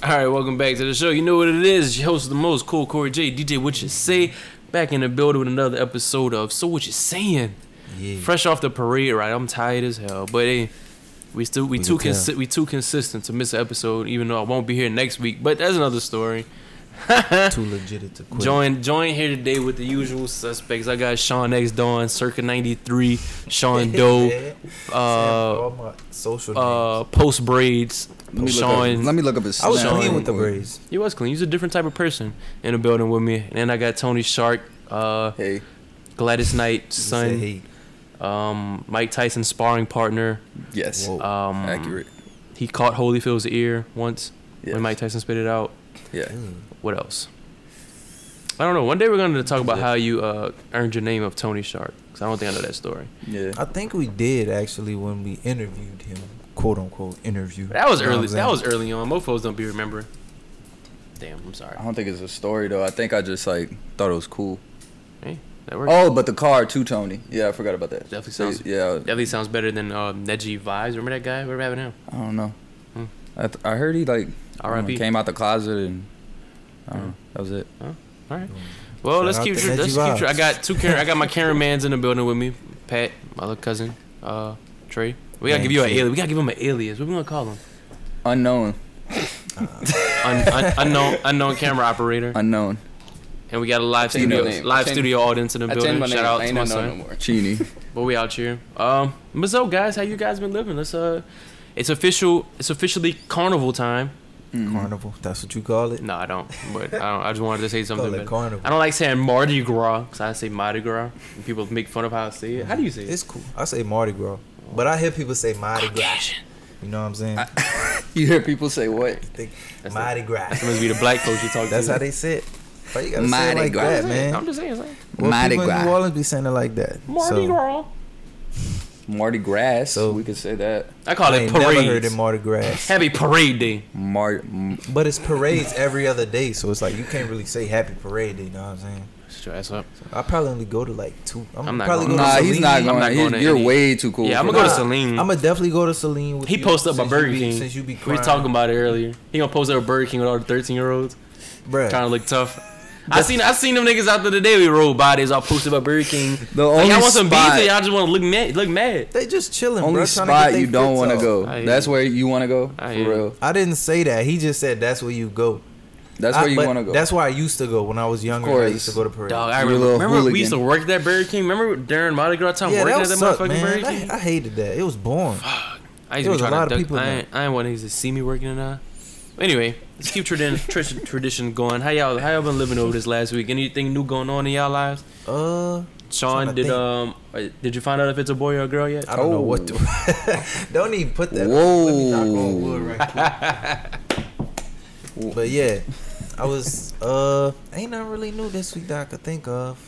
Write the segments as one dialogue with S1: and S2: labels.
S1: All right, welcome back to the show. You know what it is. Your host the most cool Corey J, DJ What You Say, back in the building with another episode of So What You Saying.
S2: Yeah.
S1: Fresh off the parade, right? I'm tired as hell, but hey, we still we,
S2: We
S1: too
S2: can
S1: consi-
S2: tell.
S1: we too consistent to miss an episode, even though I won't be here next week. But that's another story.
S2: Too legit to quit.
S1: Join join here today with the usual suspects. I got Sean X Dawn, circa '93, Sean Doe, uh,
S2: all my social
S1: uh, Post Braids,
S3: Let me, look
S1: Sean.
S3: up, let me look up his.
S2: names. I was
S3: Snap
S2: playing
S3: real
S2: with the
S3: quick.
S2: braids.
S1: He was clean. He's a different type of person in the building with me. And then I got Tony Shark, uh,
S3: Hey,
S1: Gladys Knight,
S2: Just
S1: son,
S2: said, hey,
S1: um, Mike Tyson sparring partner.
S3: yes,
S2: Whoa.
S1: Um,
S3: accurate.
S1: He caught Holyfield's ear once
S3: Yes.
S1: when Mike Tyson spit it out.
S3: Yeah,
S2: mm,
S1: What else? I don't know. One day we're going to talk about how you uh, earned your name of Tony Shark. Because I don't think I know that story.
S3: yeah.
S2: I think we did actually when we interviewed him, quote unquote interview.
S1: But that was
S2: You know what
S1: early.
S2: I'm
S1: That was
S2: saying?
S1: early on. Mofos don't be remembering. Damn, I'm sorry.
S2: Oh.
S3: I don't think it's a story though. I think I just like thought it was cool.
S1: Hey, that worked.
S3: Oh, but the car too, Tony. Yeah, I forgot about that.
S1: Definitely sounds-
S3: Yeah,
S1: Definitely sounds better than uh, Neji Vibes. Remember that guy? Whatever happened to him?
S3: I don't know.
S1: Hmm.
S3: I, th- I heard he like I don't know,
S1: R.I.P.
S3: came out the closet and I don't
S1: Hmm.
S3: know. That was it.
S1: Well,
S2: Shout
S1: let's
S2: out
S1: keep
S2: to
S1: tra-
S2: Reggie
S1: let's keep
S2: Vibes.
S1: tra- I got two camera. I got my cameramans in the building with me. Pat, my little cousin, uh, Trey. We gotta
S2: Man,
S1: give you an
S2: shit.
S1: alias. We gotta give him an alias. What we gonna call him?
S3: Unknown,
S1: Un- un- unknown unknown camera operator.
S3: unknown.
S1: And we got a live
S4: Change my
S1: studio
S4: name.
S1: live
S4: Change-
S1: studio audience in the
S4: I changed
S1: building.
S4: my
S1: Shout
S4: name.
S1: out
S4: I
S1: to
S4: ain't
S1: my
S4: unknown no
S1: son.
S4: more.
S3: Chini.
S1: But we out here. Um, but so guys, how you guys been living? Let's uh, it's official. It's officially carnival time.
S3: Mm-hmm.
S2: carnival. That's what you call it.
S1: No, I don't. But I don't. I just wanted to say
S2: Call
S1: something.
S2: it
S1: But
S2: carnival.
S1: I don't like saying Mardi Gras because I say Mardi Gras. And people make fun of how I say it. How do you say it?
S2: It's cool. I say Mardi Gras, but I hear people say Mardi Gras. You know what I'm saying?
S3: You hear people say what?
S2: Think
S1: That's the-
S2: Mardi
S1: It
S2: Gras.
S1: must be the black folks you talk to.
S2: That's how they say it. Why you gotta say it
S3: Mardi
S2: like
S3: Gras.
S2: that,
S1: I'm
S2: man?
S1: just saying, it's like
S2: Well,
S3: Mardi
S2: people in
S3: Gras.
S2: New Orleans be saying it like that.
S1: Mardi
S2: so,
S1: Gras.
S3: Mardi Gras.
S2: So-
S3: we could say that.
S1: I call
S2: I
S1: it
S2: ain't never heard
S1: parade.
S2: it Mardi Gras.
S1: Happy parade day.
S3: Mar- m-
S2: But it's parades every other day, so it's like you can't really say happy parade day, you know what I'm saying?
S1: up.
S2: I probably only go to like two. I'm,
S1: I'm not
S2: probably
S1: going.
S2: go
S3: nah,
S2: to
S3: he's not
S2: Celine.
S3: going.
S1: not
S3: He's-
S1: going to
S3: you're
S1: any-
S3: way too cool.
S1: Yeah, I'm
S3: for
S1: gonna go to
S3: that.
S1: Celine.
S2: I'm gonna definitely go to Celine with
S1: He
S2: you
S1: posted up a
S2: since you
S1: Burger
S2: be-
S1: King.
S2: Since you be
S1: we
S2: crying.
S1: were talking about it earlier. He gonna post up a Burger King with all the 13 year olds
S2: Bruh,
S1: trying to look tough. I seen I seen them niggas out there today. We rolled by. They was all posted about Burger King.
S3: The
S1: Like,
S3: only
S1: y'all want some
S3: spot-
S1: beef? or Y'all just want to look mad. Look mad.
S2: They just chilling.
S3: Only
S2: bruh, trying to get
S3: spot
S2: they
S3: you don't
S2: fix
S3: want to
S2: off.
S3: go.
S1: I hear
S3: That's
S1: you.
S3: where you want to go.
S1: I
S3: For
S1: hear you.
S3: real.
S2: I didn't say that. He just said that's where you go.
S3: That's
S2: I-
S3: where you
S2: Ah, but
S3: want to go.
S2: That's where I used to go when I was younger. I
S3: course.
S2: used to go to parade.
S1: Dog, I
S3: You a
S1: remember,
S3: little
S1: remember we used to
S3: hooligan.
S1: work at that Burger King. Remember during Mardi Gras time
S2: yeah,
S1: working
S2: that
S1: at that
S2: sucked,
S1: motherfucking
S2: man.
S1: Burger
S2: I,
S1: King?
S2: I hated that. It was boring.
S1: I used
S2: There
S1: to be
S2: was a
S1: trying to
S2: lot of
S1: duck.
S2: people in
S1: I ain't, I ain't want niggas to see me working in a. Anyway, let's keep tradition, tradition, tradition going. How y'all how y'all been living over this last week? Anything new going on in y'all lives?
S2: Uh,
S1: Sean,
S2: Tryna
S1: did
S2: think.
S1: um uh, did you find out if it's a boy or a girl yet?
S2: I don't know what to.
S1: Oh.
S2: don't even put that. Let me knock on wood right quick.
S3: Whoa.
S2: But yeah, I was uh ain't nothing really new this week that I could think of.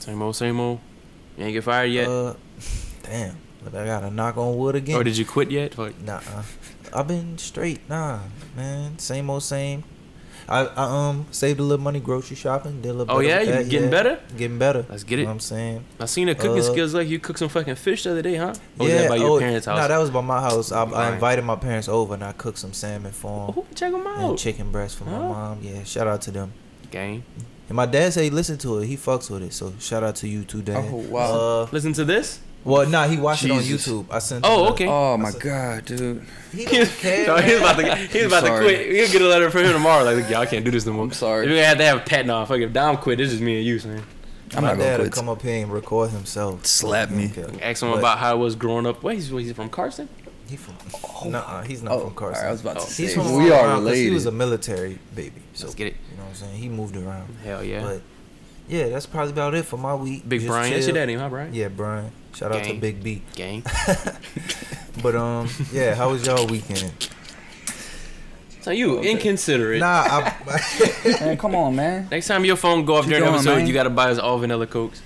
S1: Same old, same old. You ain't get fired yet,
S2: Uh, damn, look, I gotta knock on wood again.
S1: or did you quit yet? Like,
S2: Nah, I've been straight. Nah, man, same old same. I, I um saved a little money grocery shopping. Did a little
S1: Oh,
S2: better
S1: yeah?
S2: with
S1: You
S2: that,
S1: getting better?
S2: Getting better.
S1: Let's get
S2: You
S1: it.
S2: know what I'm saying.
S1: I seen the cooking
S2: Uh,
S1: skills like you cooked some fucking fish the other day, huh? Or was that by your
S2: oh,
S1: parents'
S2: Nah,
S1: house?
S2: that was by my house. I,
S1: Right.
S2: I invited my parents over and I cooked some salmon for them
S1: oh, check them
S2: and
S1: out,
S2: chicken breast for my
S1: Huh?
S2: mom. Yeah, shout out to them.
S1: gang.
S2: And my dad said he listened to it. He fucks with it. So shout out to you too, Dad.
S3: Oh, wow.
S2: Uh,
S1: Listen to this.
S2: well, nah, he watched
S3: Jesus.
S2: it on YouTube. I sent. him
S1: Oh,
S2: the-
S1: okay.
S3: Oh my god, dude.
S1: He
S2: He don't
S1: was,
S2: care.
S1: no, he was
S2: man.
S1: about to, he was
S3: I'm
S1: about to
S3: sorry.
S1: quit. We'll get a letter from him tomorrow. Like, y'all can't do this no more.
S3: I'm sorry.
S1: We're gonna have to have a pat now. Fuck, if Dom quit, this is me and you, man.
S3: I'm
S2: my
S3: not
S2: dad
S3: gonna
S2: will
S3: quit.
S2: come up here and record himself.
S3: Slap me.
S2: Okay.
S1: Ask him
S2: But-
S1: about how it was growing up. Wait, he's, what, he's from Carson?
S2: He from? Nuh-uh, he's not
S3: Oh,
S2: from Carson.
S3: alright, I was about to
S1: Oh.
S3: say
S2: he's from
S3: we are
S2: related. He was a
S3: related.
S2: military baby. So
S1: Let's get it.
S2: You know what I'm saying? He moved around.
S1: Hell yeah.
S2: But yeah, that's probably about it for my week.
S1: Big
S2: Just
S1: Brian. That's your
S2: chill.
S1: daddy, huh, Brian?
S2: Yeah, Brian. Shout out
S1: Gang.
S2: to Big B.
S1: Gang.
S2: But um, yeah, how was y'all weekend?
S1: So you inconsiderate.
S2: Nah, I,
S3: Man, come on, man.
S1: Next time your phone go off
S3: Keep
S1: during the
S3: going,
S1: episode,
S3: man.
S1: you gotta buy us all vanilla cokes.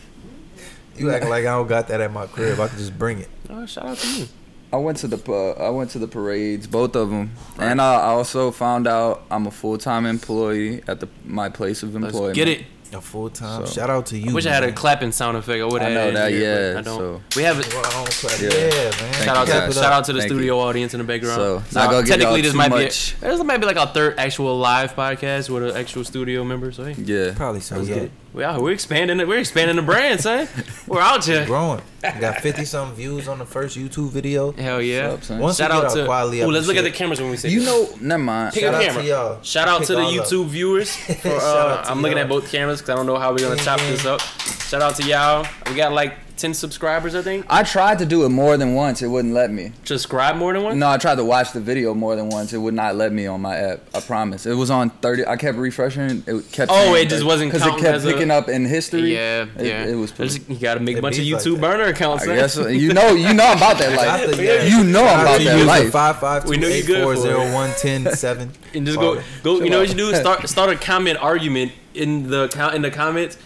S2: you acting like I don't got that at my crib. I could just bring it.
S1: Oh, shout out to you.
S3: I went to the uh, I went to the parades, both of them, and I also found out I'm a full time employee at the my place of
S1: Let's
S3: employment.
S1: get it.
S2: A full time.
S3: So-
S2: Shout out to you.
S1: Wish I had a
S2: man.
S1: clapping sound effect. I would
S3: I
S1: have.
S3: know that, yeah.
S1: I don't.
S3: So
S1: We have it.
S2: Well, I don't clap.
S3: Yeah.
S2: Yeah, man.
S1: Shout out,
S3: you,
S2: Clap
S1: to,
S2: it
S3: guys.
S1: shout out to the
S3: Thank
S1: studio audience in the background.
S3: So, not gonna give y'all too
S1: might
S3: much.
S1: be a, this might be like our third actual live podcast with an actual studio member. So hey,
S3: yeah,
S2: Probably so.
S1: let's
S2: yeah.
S1: get it. We out here. We're expanding it. We're expanding the brand, son. We're out here.
S2: Growing. We got fifty some views on the first YouTube video.
S1: Hell yeah!
S3: What's up, son?
S2: Once
S1: Shout
S2: we get
S1: out
S2: our
S1: to.
S2: quality up
S1: Ooh, let's look
S2: and
S1: at the
S2: shit.
S1: camever when we say.
S3: you
S1: this.
S3: know, never mind.
S1: Pick
S2: Shout
S1: a
S2: out
S1: camera.
S2: to y'all.
S1: Shout out
S2: Pick
S1: to the
S2: all up.
S1: YouTube viewers. For,
S2: Shout
S1: uh,
S2: out to
S1: I'm looking
S2: y'all.
S1: at both cameras because I don't know how we're gonna chop
S2: Gang,
S1: this up. Shout out to y'all. We got like 10 subscribers, I think.
S3: I tried to do it more than once. It wouldn't let me.
S1: Subscribe more than one.
S3: No, I tried to watch the video more than once. It would not let me on my app. I promise. It was on thirty. I kept refreshing. It kept.
S1: Oh,
S3: saying
S1: it just
S3: 30,
S1: wasn't
S3: it
S1: counting
S3: kept
S1: as a-
S3: picking up in history.
S1: Yeah,
S3: It-
S1: yeah.
S3: It was.
S1: It's- you gotta make a
S2: It
S1: bunch of
S2: be like
S1: YouTube
S2: that.
S1: burner accounts.
S3: I
S1: man.
S3: guess uh, you know. You know about that
S2: Shout out
S3: life.
S2: to- yeah.
S3: You know
S2: Shout out
S3: about
S2: to
S3: that
S2: you.
S3: life.
S2: Five five
S1: We
S2: two
S1: know you
S2: eight
S1: good
S2: four
S1: for it.
S2: zero one ten seven.
S1: and just go go. You know what you do is start start a comment argument in the count in the comments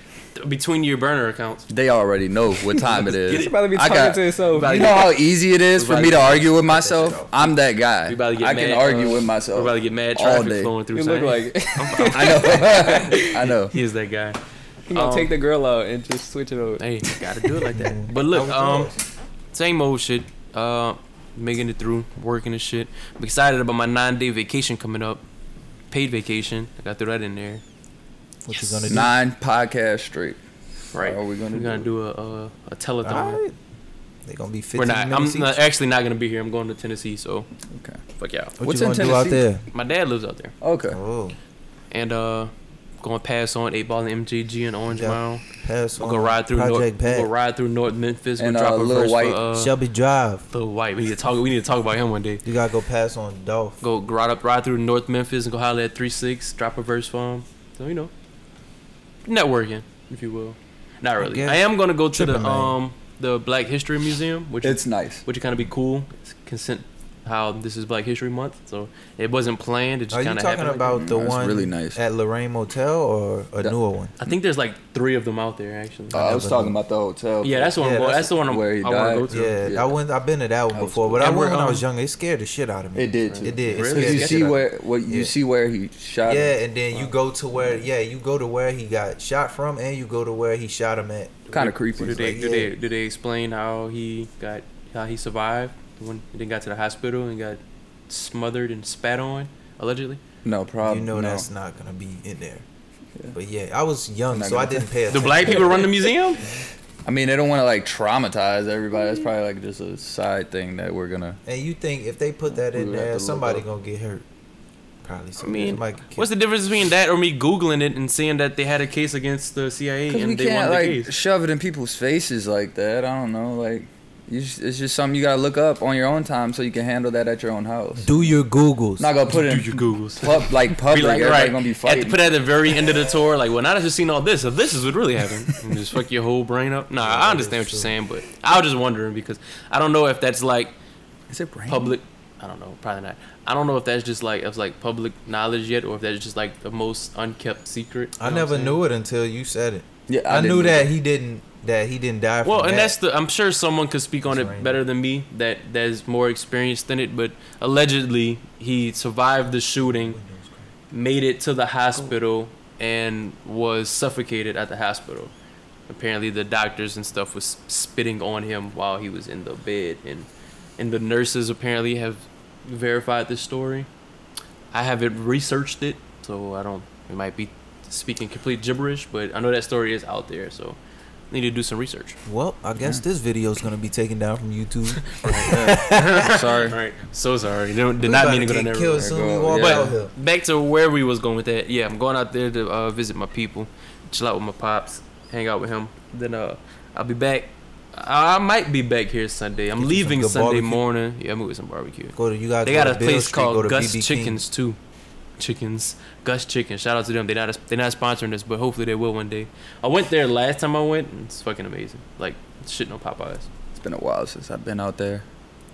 S1: between your burner accounts.
S3: They already know what time it is.
S1: Get it.
S4: about to be
S3: I
S4: talking
S3: got-
S4: to yourself.
S3: You know how easy it is
S1: We're
S3: for
S1: about
S3: me
S1: to
S3: to argue
S2: shit
S3: with
S2: off.
S3: myself. I'm that guy.
S1: We about to get
S3: I can
S1: mad,
S3: argue
S1: uh,
S3: with
S1: We're
S3: myself.
S1: about to get mad
S3: all
S1: traffic
S3: day.
S1: flowing through.
S4: You look
S1: son.
S4: like you
S3: I know. I know.
S1: he is that guy.
S4: gonna
S1: Um,
S4: take the girl out and just switch it over.
S1: Hey, gotta do it like
S2: Mm-hmm.
S1: that. But look, um, same old shit. Uh, making it through, working and shit. I'm excited about my nine-day vacation coming up. Paid vacation. I got through that in there.
S2: What you gonna do?
S3: Nine podcasts straight.
S1: Right.
S3: Are we gonna
S1: We're gonna do a a, a telethon.
S2: Alright. They gonna be fifteen
S1: We're not. I'm
S2: minutes each.
S1: not, actually not gonna be here. I'm going to Tennessee. So
S3: Okay.
S1: fuck y'all.
S2: What
S3: What's
S2: you
S3: in
S2: gonna do out
S3: Tennessee?
S2: there?
S1: My dad lives out there,
S3: Okay.
S2: Oh,
S1: and uh, going to pass on eight ball and MJG and Orange
S2: Yeah.
S1: Mound.
S2: pass
S1: We're
S2: on.
S1: gonna ride through
S2: Project
S1: North. We're
S2: Pat.
S1: gonna ride through North Memphis.
S3: And,
S1: we'll drop
S3: uh,
S1: a
S3: Lil
S1: verse
S3: White.
S1: For, uh,
S2: Shelby Drive.
S1: Lil White. We need to talk. We need to talk about him one day.
S2: You gotta go pass on Dolph.
S1: Go ride up, ride through North Memphis, and go holler at three six. Drop a verse for him. So you know, networking, if you will. Not really.
S2: guess.
S1: I am gonna go to the
S2: Tripping, man.
S1: um the Black History Museum, which
S3: It's nice.
S1: which kind of be cool. It's consent how this is Black History Month, so it wasn't planned. It just
S2: Are you
S1: kind of
S2: talking
S1: happened. like
S2: about
S3: that.
S2: the
S3: That's
S2: one
S3: really nice.
S2: at Lorraine Motel or a
S3: That-
S2: newer one?
S1: that. I think there's like three of them out there actually.
S3: Uh, I was talking about the hotel.
S1: yeah, that's the one.
S2: Yeah,
S1: I'm going,
S2: that's
S1: that's the one I'm,
S3: where he
S1: I want to
S3: died.
S1: go to.
S2: Yeah,
S3: Yeah.
S2: I went. I've been to that one
S3: That was
S2: before,
S3: cool.
S2: but I
S1: And
S2: went
S1: we're,
S2: when I was
S1: um,
S2: younger. It scared the shit out of me.
S3: It did too.
S2: It did. It
S1: Really?
S2: scared
S3: Cause
S2: the
S3: you
S2: shit
S3: see
S2: out of me.
S3: where what you
S2: Yeah.
S3: see where he shot. him.
S2: Yeah, and then you go to where yeah you go to where he got shot from, and you go to where he shot him at.
S3: Kinda
S1: Do-
S3: creepy.
S1: Do they,
S2: Like,
S1: do,
S2: yeah.
S1: they, do they explain how he got how he survived when he then got to the hospital and got smothered and spat on allegedly?
S3: No problem.
S2: you know
S3: no.
S2: that's not gonna be in there. But yeah, I was young,
S3: Not
S2: so I
S3: gonna-
S2: didn't
S1: The
S2: pay attention.
S1: black people run the museum.
S3: I mean, they don't want to like traumatize everybody. That's probably like just a side thing that we're gonna.
S2: And you think if they put that
S3: We
S2: in
S3: would have to
S2: there,
S3: look
S2: somebody
S3: up.
S2: gonna get hurt? Probably.
S1: I
S2: Somebody,
S1: mean,
S2: somebody could kill.
S1: what's the difference between that or me googling it and seeing that they had a case against the CIA
S3: Because
S1: and
S3: we
S1: they won
S3: can't
S1: the
S3: like
S1: case?
S3: shove it in people's faces like that. I don't know. Like, you just, it's just something you gotta look up on your own time so you can handle that at your own house.
S2: Do your googles.
S3: not gonna put it
S1: Do
S3: in
S1: your googles.
S3: pub, like
S1: be
S3: public.
S1: like,
S3: Everybody
S1: right,
S3: gonna be
S1: at the,
S3: fighting.
S1: put at the very end of the tour, like, well, now that you've seen all this, so this is what really happened. And just fuck your whole brain up. Nah,
S2: that
S1: I understand
S2: is
S1: what you're saying, but I was just wondering because I don't know if that's like
S3: Is it raining?
S1: public. I don't know, probably not. I don't know if that's just like if like public knowledge yet, or if that's just like the most unkept secret.
S2: I never knew it until you said it.
S3: Yeah,
S2: I,
S3: didn't
S2: knew
S3: either.
S2: that he didn't that he didn't die. From
S1: Well, and
S2: that.
S1: that's the. I'm sure someone could speak on
S2: It's
S1: it
S2: raining.
S1: better than me. That that's more experienced than it. But allegedly, he survived the shooting, made it to the hospital, and was suffocated at the hospital. Apparently, the doctors and stuff was spitting on him while he was in the bed, and and the nurses apparently have verified this story. I haven't researched it, so I don't. It might be speaking complete gibberish, but I know that story is out there, so need to do some research.
S2: Well, I guess this video is gonna be taken down from YouTube.
S1: All
S3: Sorry.
S1: right, so sorry. Did,
S2: We
S1: did not
S2: about
S1: mean to go
S2: get
S1: down that
S2: killed
S1: road.
S2: soon we
S3: Go,
S2: walk
S3: yeah.
S2: out here.
S1: Back to where we was going with that. Yeah, I'm going out there to uh, visit my people, chill out with my pops, hang out with him. Then uh, I'll be back. I might be back here Sunday. I'm
S2: Get you some
S1: leaving
S2: good
S1: Sunday
S2: barbecue.
S1: morning. Yeah, I'm moving some barbecue.
S2: Go to you guys.
S1: They got
S2: go
S1: a
S2: to Beale
S1: place
S2: Street, go
S1: called
S2: to
S1: Gus
S2: BB King.
S1: Chickens too. Chickens, Gus Chicken. Shout out to them. They not they not sponsoring this, but hopefully they will one day. I went there last time I went. And it's fucking amazing. Like shit, no Popeyes.
S3: It's been a while since I've been out there.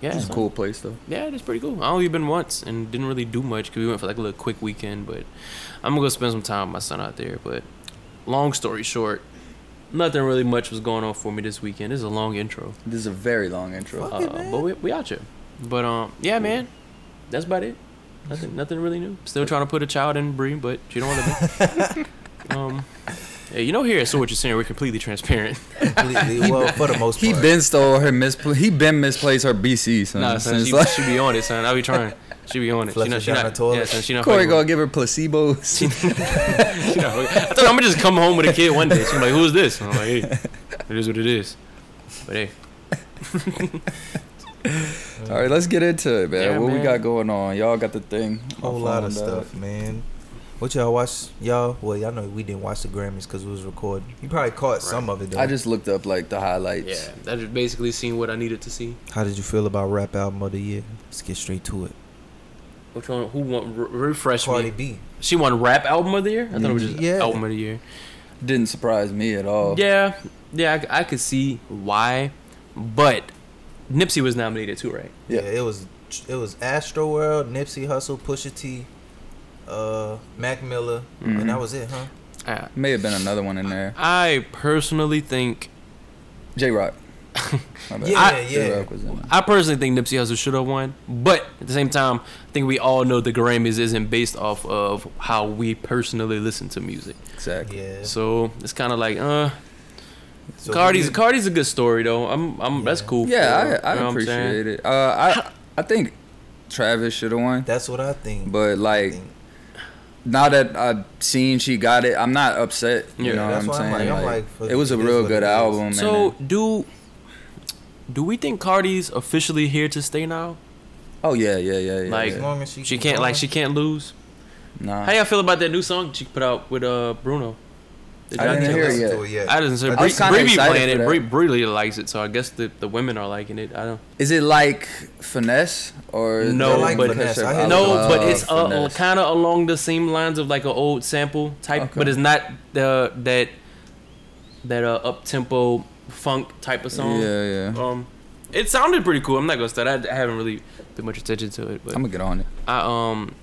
S1: Yeah,
S3: It's a
S1: son.
S3: cool place though.
S1: Yeah, that's pretty cool. I only been once and didn't really do much because we went for like a little quick weekend. But I'm gonna go spend some time with my son out there. But long story short, nothing really much was going on for me this weekend. This is a long intro,
S3: This is a very long intro.
S2: Fuck it,
S1: uh,
S2: man.
S1: but we, we out here. But um, yeah, man, that's about it. Nothing, nothing really new. Still trying to put a child in Bree, but she don't want to. um, Hey, you know here, so what you're saying, we're completely transparent.
S2: Completely. Well, for the most
S3: He
S2: part.
S3: been stole her mispl- he been misplaced her BC son.
S1: nah, son,
S3: since
S1: she,
S3: like,
S1: she be on it, son. I be trying. She be on it. She
S2: Flush
S1: not,
S2: it
S1: she
S2: down
S1: not,
S2: the toilet.
S1: yeah, son, she not
S3: Corey
S1: fucking
S3: gonna
S1: with
S3: give her placebos.
S1: me. She not fucking- I thought I'm gonna just come home with a kid one day. She's like, who's this? I'm like, hey, it is what it is. But hey,
S3: All right, let's get into it, man.
S1: Yeah,
S3: what
S1: man.
S3: we got going on? Y'all got the thing. My
S2: whole lot of
S3: phone died.
S2: stuff, man. What y'all watch? Y'all, well, y'all know we didn't watch the Grammys because we was recording. You probably caught some of it though.
S3: I just looked up like the highlights.
S1: yeah, I just basically seen what I needed to see.
S2: How did you feel about rap album of the year? Let's get straight to it.
S1: Which one? Who won? re- refresh me?
S2: Cardi B.
S1: She won rap album of the year. I thought it was just
S2: Mm-hmm. Yeah.
S1: album of the year.
S3: Didn't surprise me at all.
S1: Yeah, yeah, I, I could see why, but Nipsey was nominated too, right?
S3: Yeah.
S2: Yeah. it was it was Astro World, Nipsey Hussle, Pusha T, uh, Mac Miller,
S3: Mhm.
S2: and that was it, huh?
S1: Uh,
S3: May have been another one in there.
S1: I personally think
S3: J Rock.
S2: Yeah, yeah.
S3: was in it.
S1: I personally think Nipsey Hussle should have won, but at the same time, I think we all know the Grammys isn't based off of how we personally listen to music.
S3: Exactly.
S2: Yeah.
S1: So it's kind of like, uh,
S2: So
S1: Cardi's
S2: we-
S1: Cardi's a good story though. I'm, I'm that's
S2: Yeah.
S1: cool. for
S3: Yeah,
S1: her,
S3: I, I
S1: you know what I'm saying?
S3: appreciate it. Uh, I I think Travis should have won,
S2: That's what I think.
S3: but
S2: I
S3: like
S2: think.
S3: now that I've seen she got it, I'm not upset. You
S1: Yeah.
S3: know
S2: That's
S3: what I'm
S2: why I'm
S3: saying?
S2: like- I'm
S3: Like,
S2: like, fuck
S3: it was
S2: it,
S3: a
S2: it is
S3: real
S2: what
S3: good
S2: it is.
S3: album. and
S1: So
S3: it-
S1: do do we think Cardi's officially here to stay now?
S3: oh yeah, yeah, yeah, yeah.
S1: Like,
S2: As
S3: yeah.
S2: long as she,
S1: She
S2: keep
S1: can't like
S2: going.
S1: she can't lose.
S3: nah.
S1: How y'all feel about that new song she put out with uh Bruno? Did
S3: I
S1: y'all
S3: didn't
S1: check
S3: hear
S1: that
S3: it yet.
S2: To it yet.
S1: I didn't say
S2: I
S1: Bree
S3: was kinda
S1: Bree be
S3: excited
S1: playing
S3: for
S1: it.
S3: that.
S1: Bree Bree really likes it, so I guess the, the women are liking it. I don't.
S3: Is it like finesse or is
S1: No,
S3: it
S1: but-
S3: because
S2: I
S3: her-
S2: hear-
S1: no,
S2: love
S1: but it's uh,
S3: Finesse.
S1: kind of along the same lines of like an old sample type,
S3: Okay.
S1: but it's not the that that uh, up tempo funk type of song.
S3: Yeah, yeah.
S1: Um, it sounded pretty cool. I'm not gonna start. I, I haven't really paid much attention to it, but
S3: I'm gonna get on it.
S1: I um,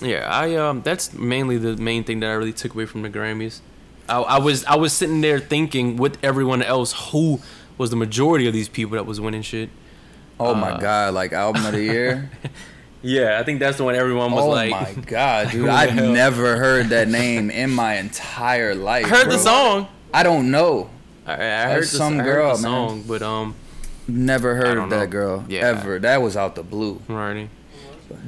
S1: yeah, I um, that's mainly the main thing that I really took away from the Grammys. I, I was I was sitting there thinking with everyone else who was the majority of these people that was winning shit.
S3: Oh
S1: Uh,
S3: my god, like album of the year.
S1: Yeah, I think that's the one everyone was
S3: oh
S1: like.
S3: my god, dude!
S1: What
S3: I've
S1: the hell?
S3: never heard that name in my entire life.
S1: I heard
S3: bro.
S1: the song.
S3: I don't know.
S1: I, I
S3: That's
S1: heard the,
S3: some
S1: some I heard
S3: girl,
S1: the
S3: man.
S1: song, but um,
S3: Never heard
S1: don't
S3: of that
S1: know.
S3: girl
S1: Yeah.
S3: ever. That was out the blue.
S1: Ronnie,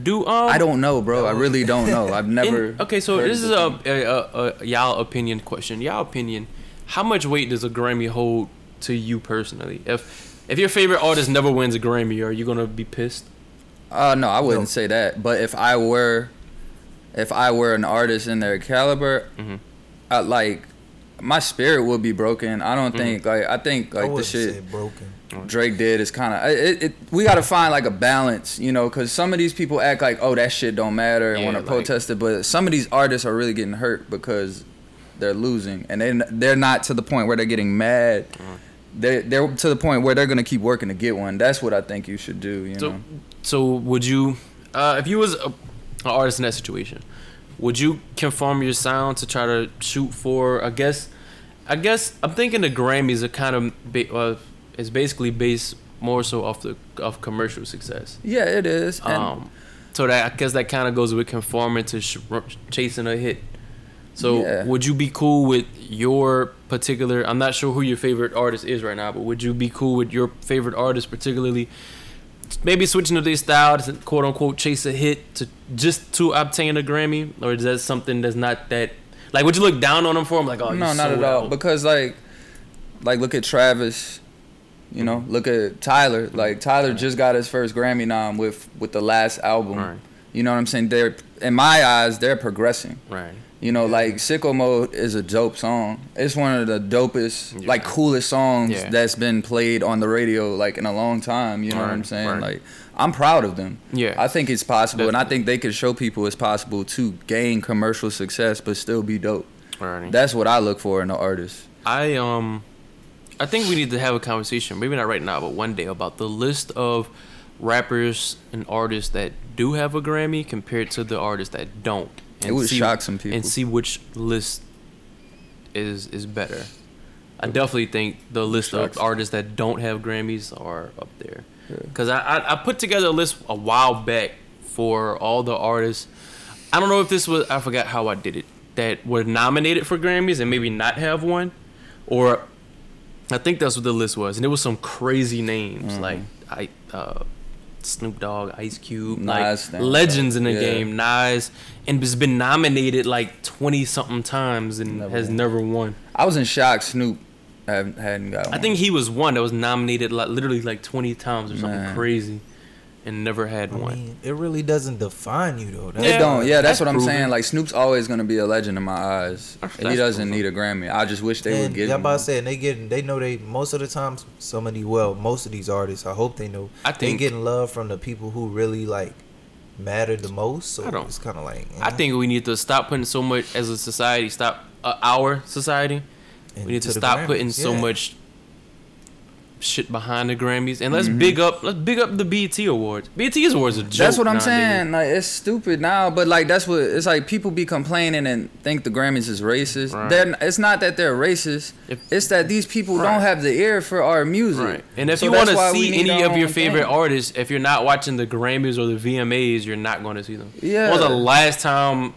S1: do um,
S3: I don't know, bro. I really don't know. I've
S1: in-
S3: never.
S1: okay, so
S3: heard
S1: this
S3: of
S1: is
S3: the
S1: a, a, a, a y'all opinion question. Y'all opinion, how much weight does a Grammy hold to you personally? If if your favorite artist never wins a Grammy, are you gonna be pissed?
S3: Uh, no, I wouldn't
S2: No.
S3: say that. But if I were, if I were an artist in their caliber,
S1: Mhm.
S3: I, like my spirit would be broken. I
S1: Mm-hmm.
S3: don't think like I
S2: I
S3: think like the
S2: wouldn't
S3: shit
S2: say broken.
S3: Drake did is kind of it, it. We gotta find like a balance, you know, because some of these people act like oh that shit don't matter and
S1: Yeah,
S3: want to
S1: like-
S3: protest it, but some of these artists are really getting hurt because they're losing and they they're not to the point where they're getting mad.
S1: Mm.
S3: They they're to the point where they're gonna keep working to get one. That's what I think you should do. You
S1: So
S3: know.
S1: so would you, uh, if you was a, an artist in that situation, would you conform your sound to try to shoot for? I guess, I guess I'm thinking the Grammys are kind of ba- uh, is basically based more so off the off commercial success.
S3: Yeah, it is. And
S1: Um, so that I guess that kind of goes with conforming to sh- r- chasing a hit. So
S3: Yeah.
S1: would you be cool with your particular? I'm not sure who your favorite artist is right now, but would you be cool with your favorite artist particularly? Maybe switching to their style to quote unquote chase a hit to just to obtain a Grammy, or is that something that's not that? Like, would you look down on them for him? Like, oh, you
S3: no, not
S1: sold
S3: at all.
S1: out.
S3: Because like, like look at Travis. You know, look at Tyler. Like Tyler just got his first Grammy nom with with the last album.
S1: Right.
S3: You know what I'm saying? They're in my eyes, they're progressing.
S1: right?
S3: You know, like Sicko Mode is a dope song. It's one of the dopest,
S1: Yeah.
S3: like coolest songs
S1: Yeah.
S3: that's been played on the radio like in a long time. You know what I'm
S1: Right,
S3: saying?
S1: right.
S3: Like I'm proud of them.
S1: Yeah.
S3: I think it's possible, and I
S1: Definitely.
S3: think they could show people it's possible to gain commercial success but still be dope.
S1: Right.
S3: That's what I look for in an artist.
S1: I um, I think we need to have a conversation. Maybe not right now, but one day about the list of rappers and artists that do have a Grammy compared to the artists that don't.
S3: It would shock some people.
S1: And see which list is is better. I definitely think the list
S3: shock
S1: of
S3: some-
S1: artists that don't have Grammys are up there. Because I, I I put together a list a while back for all the artists. I don't know if this was I forgot how I did it. that were nominated for Grammys and maybe not have one, or I think that's what the list was, and it was some crazy names
S3: Mm-hmm.
S1: like I, uh, Snoop Dogg, Ice Cube,
S3: Nas
S1: like
S3: stands
S1: legends in the
S3: out. Yeah.
S1: game, Nas, and has been nominated like twenty something times and
S3: Never
S1: has
S3: won.
S1: never won.
S3: I was in shock. Snoop hadn't, hadn't got one.
S1: I think he was one that was nominated like literally like twenty times or something
S3: Man.
S1: crazy, and never had
S2: I
S1: one.
S2: mean, it really doesn't define you though.
S3: It
S1: Yeah.
S3: don't. Yeah, that's,
S1: That's
S3: what I'm
S1: proven.
S3: saying. Like Snoop's always gonna be a legend in my eyes,
S1: That's-
S3: and he
S1: that's
S3: doesn't
S1: proven.
S3: need a Grammy. I just wish they would
S2: And
S3: give
S2: yeah,
S3: him.
S2: about
S3: one.
S2: to say, and they getting they know they most of the time some of these well most of these artists I hope they know
S1: I
S2: they
S1: think
S2: getting love from the people who really like matter the most. So
S1: I don't-
S2: it's kind of like eh,
S1: I think we need to stop putting so much as a society. Stop uh, our society. we need to stop putting so much shit behind the Grammys and let's big up. Let's big up the BET Awards. BET Awards are joke.
S3: Mm-hmm. That's what I'm
S1: nowadays.
S3: saying. Like it's stupid now, but like that's what it's like. People be complaining and think the Grammys is racist.
S1: Right.
S3: Then it's not that they're racist.
S1: If-
S3: it's that these people
S1: Right.
S3: don't have the ear for our music.
S1: Right. And if
S3: So
S1: you want
S3: that's
S1: to
S3: why we
S1: see
S3: need
S1: any
S3: our
S1: of your
S3: own
S1: favorite
S3: thing.
S1: artists, if you're not watching the Grammys or the VMAs, you're not going to see them.
S3: Yeah.
S1: When was the last time